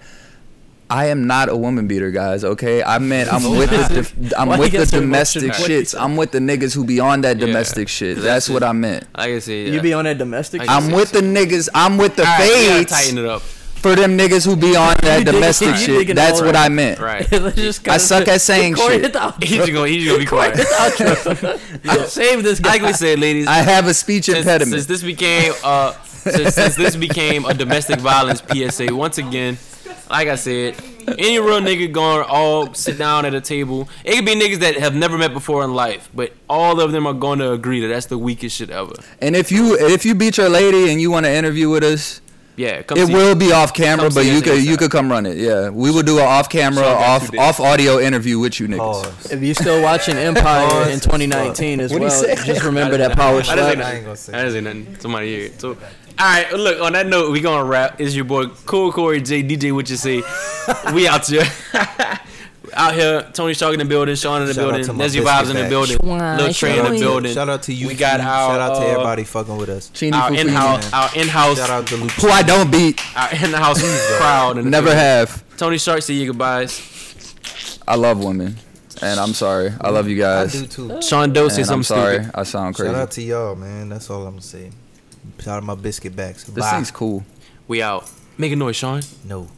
S3: I am not a woman beater, guys. Okay, I meant I'm with the def- I'm
S5: Why
S3: with
S5: you
S3: the
S5: got so
S3: domestic
S5: emotional?
S3: shits. I'm with the niggas who be on that
S1: Yeah.
S3: domestic shit.
S1: That's
S3: That's what
S1: it.
S3: I meant.
S1: Like I said, uh,
S5: You be on that domestic?
S1: I
S5: shit?
S1: just-
S3: I'm with the niggas. I'm with the
S1: All right, we gotta
S3: fades
S1: tighten it up.
S3: for them niggas who be on that
S5: You digging-
S3: domestic
S5: you
S3: shit.
S5: digging
S3: That's
S5: all
S3: what
S5: right.
S3: I meant.
S1: Right.
S5: Let's just cut
S3: I
S5: it.
S3: suck at saying
S5: Corey,
S3: shit.
S5: hit the outro.
S1: He's just gonna he's just gonna be
S5: Corey,
S1: quiet.
S5: hit the outro. Yo, Save this guy.
S1: Like we said, ladies,
S3: I have a speech
S1: since,
S3: impediment.
S1: since this became uh since, since this became a domestic violence PSA once again. Like I said, any real nigga going all sit down at a table. It could be niggas that have never met before in life, but all of them are going to agree that that's the weakest shit ever.
S3: And if you if you beat your lady and you want to interview with us,
S1: Yeah, come
S3: it
S1: see
S3: will be off camera,
S1: come
S3: but
S1: see
S3: you
S1: us
S3: could you
S1: anytime.
S3: could come run it. Yeah, we will do an off camera,
S1: Sean got two
S3: off
S1: dicks.
S3: off audio interview with you niggas.
S2: Pause.
S5: If you still watching Empire in
S2: Pause.
S5: 2019 as
S3: What'd he
S5: well,
S3: say?
S5: just remember that power
S1: I didn't say
S5: slap.
S2: I
S1: nothing.
S2: ain't gonna say
S1: I didn't say nothing. Somebody hear it. So, all right. Look, on that note, we gonna wrap. It's your boy Cool Corey J DJ. What you say? we out here. all out here. Tony Stark in the building, Sean in the
S2: Shout out
S1: building,
S2: to my
S1: Nezzy
S2: biscuit
S1: Vibes in the
S2: bag.
S1: building,
S5: Schwan,
S1: Lil Trey in
S5: Shout
S1: the
S5: out to-
S1: building.
S2: Shout out to you.
S1: We got
S2: Fee.
S1: our,
S2: Shout out to
S1: uh,
S2: everybody fucking with us.
S3: Chini
S1: Our
S3: Fufu.
S1: in house, our in
S2: Shout
S1: house,
S2: out to Luke.
S3: who I don't beat,
S1: our in house crowd, and
S3: never have.
S1: Tony Stark say your goodbyes.
S3: I love women, and I'm sorry. I love you
S2: I
S3: guys.
S2: do too.
S1: Sean Doe says
S3: And
S1: something
S3: I'm sorry.
S1: stupid.
S3: I sound
S2: Shout
S3: crazy.
S2: out to y'all, man. That's all I'm gonna say. Shout out my biscuit bags.
S3: This
S2: Bye.
S3: thing's cool.
S1: We out. Make a noise, Sean.
S2: No.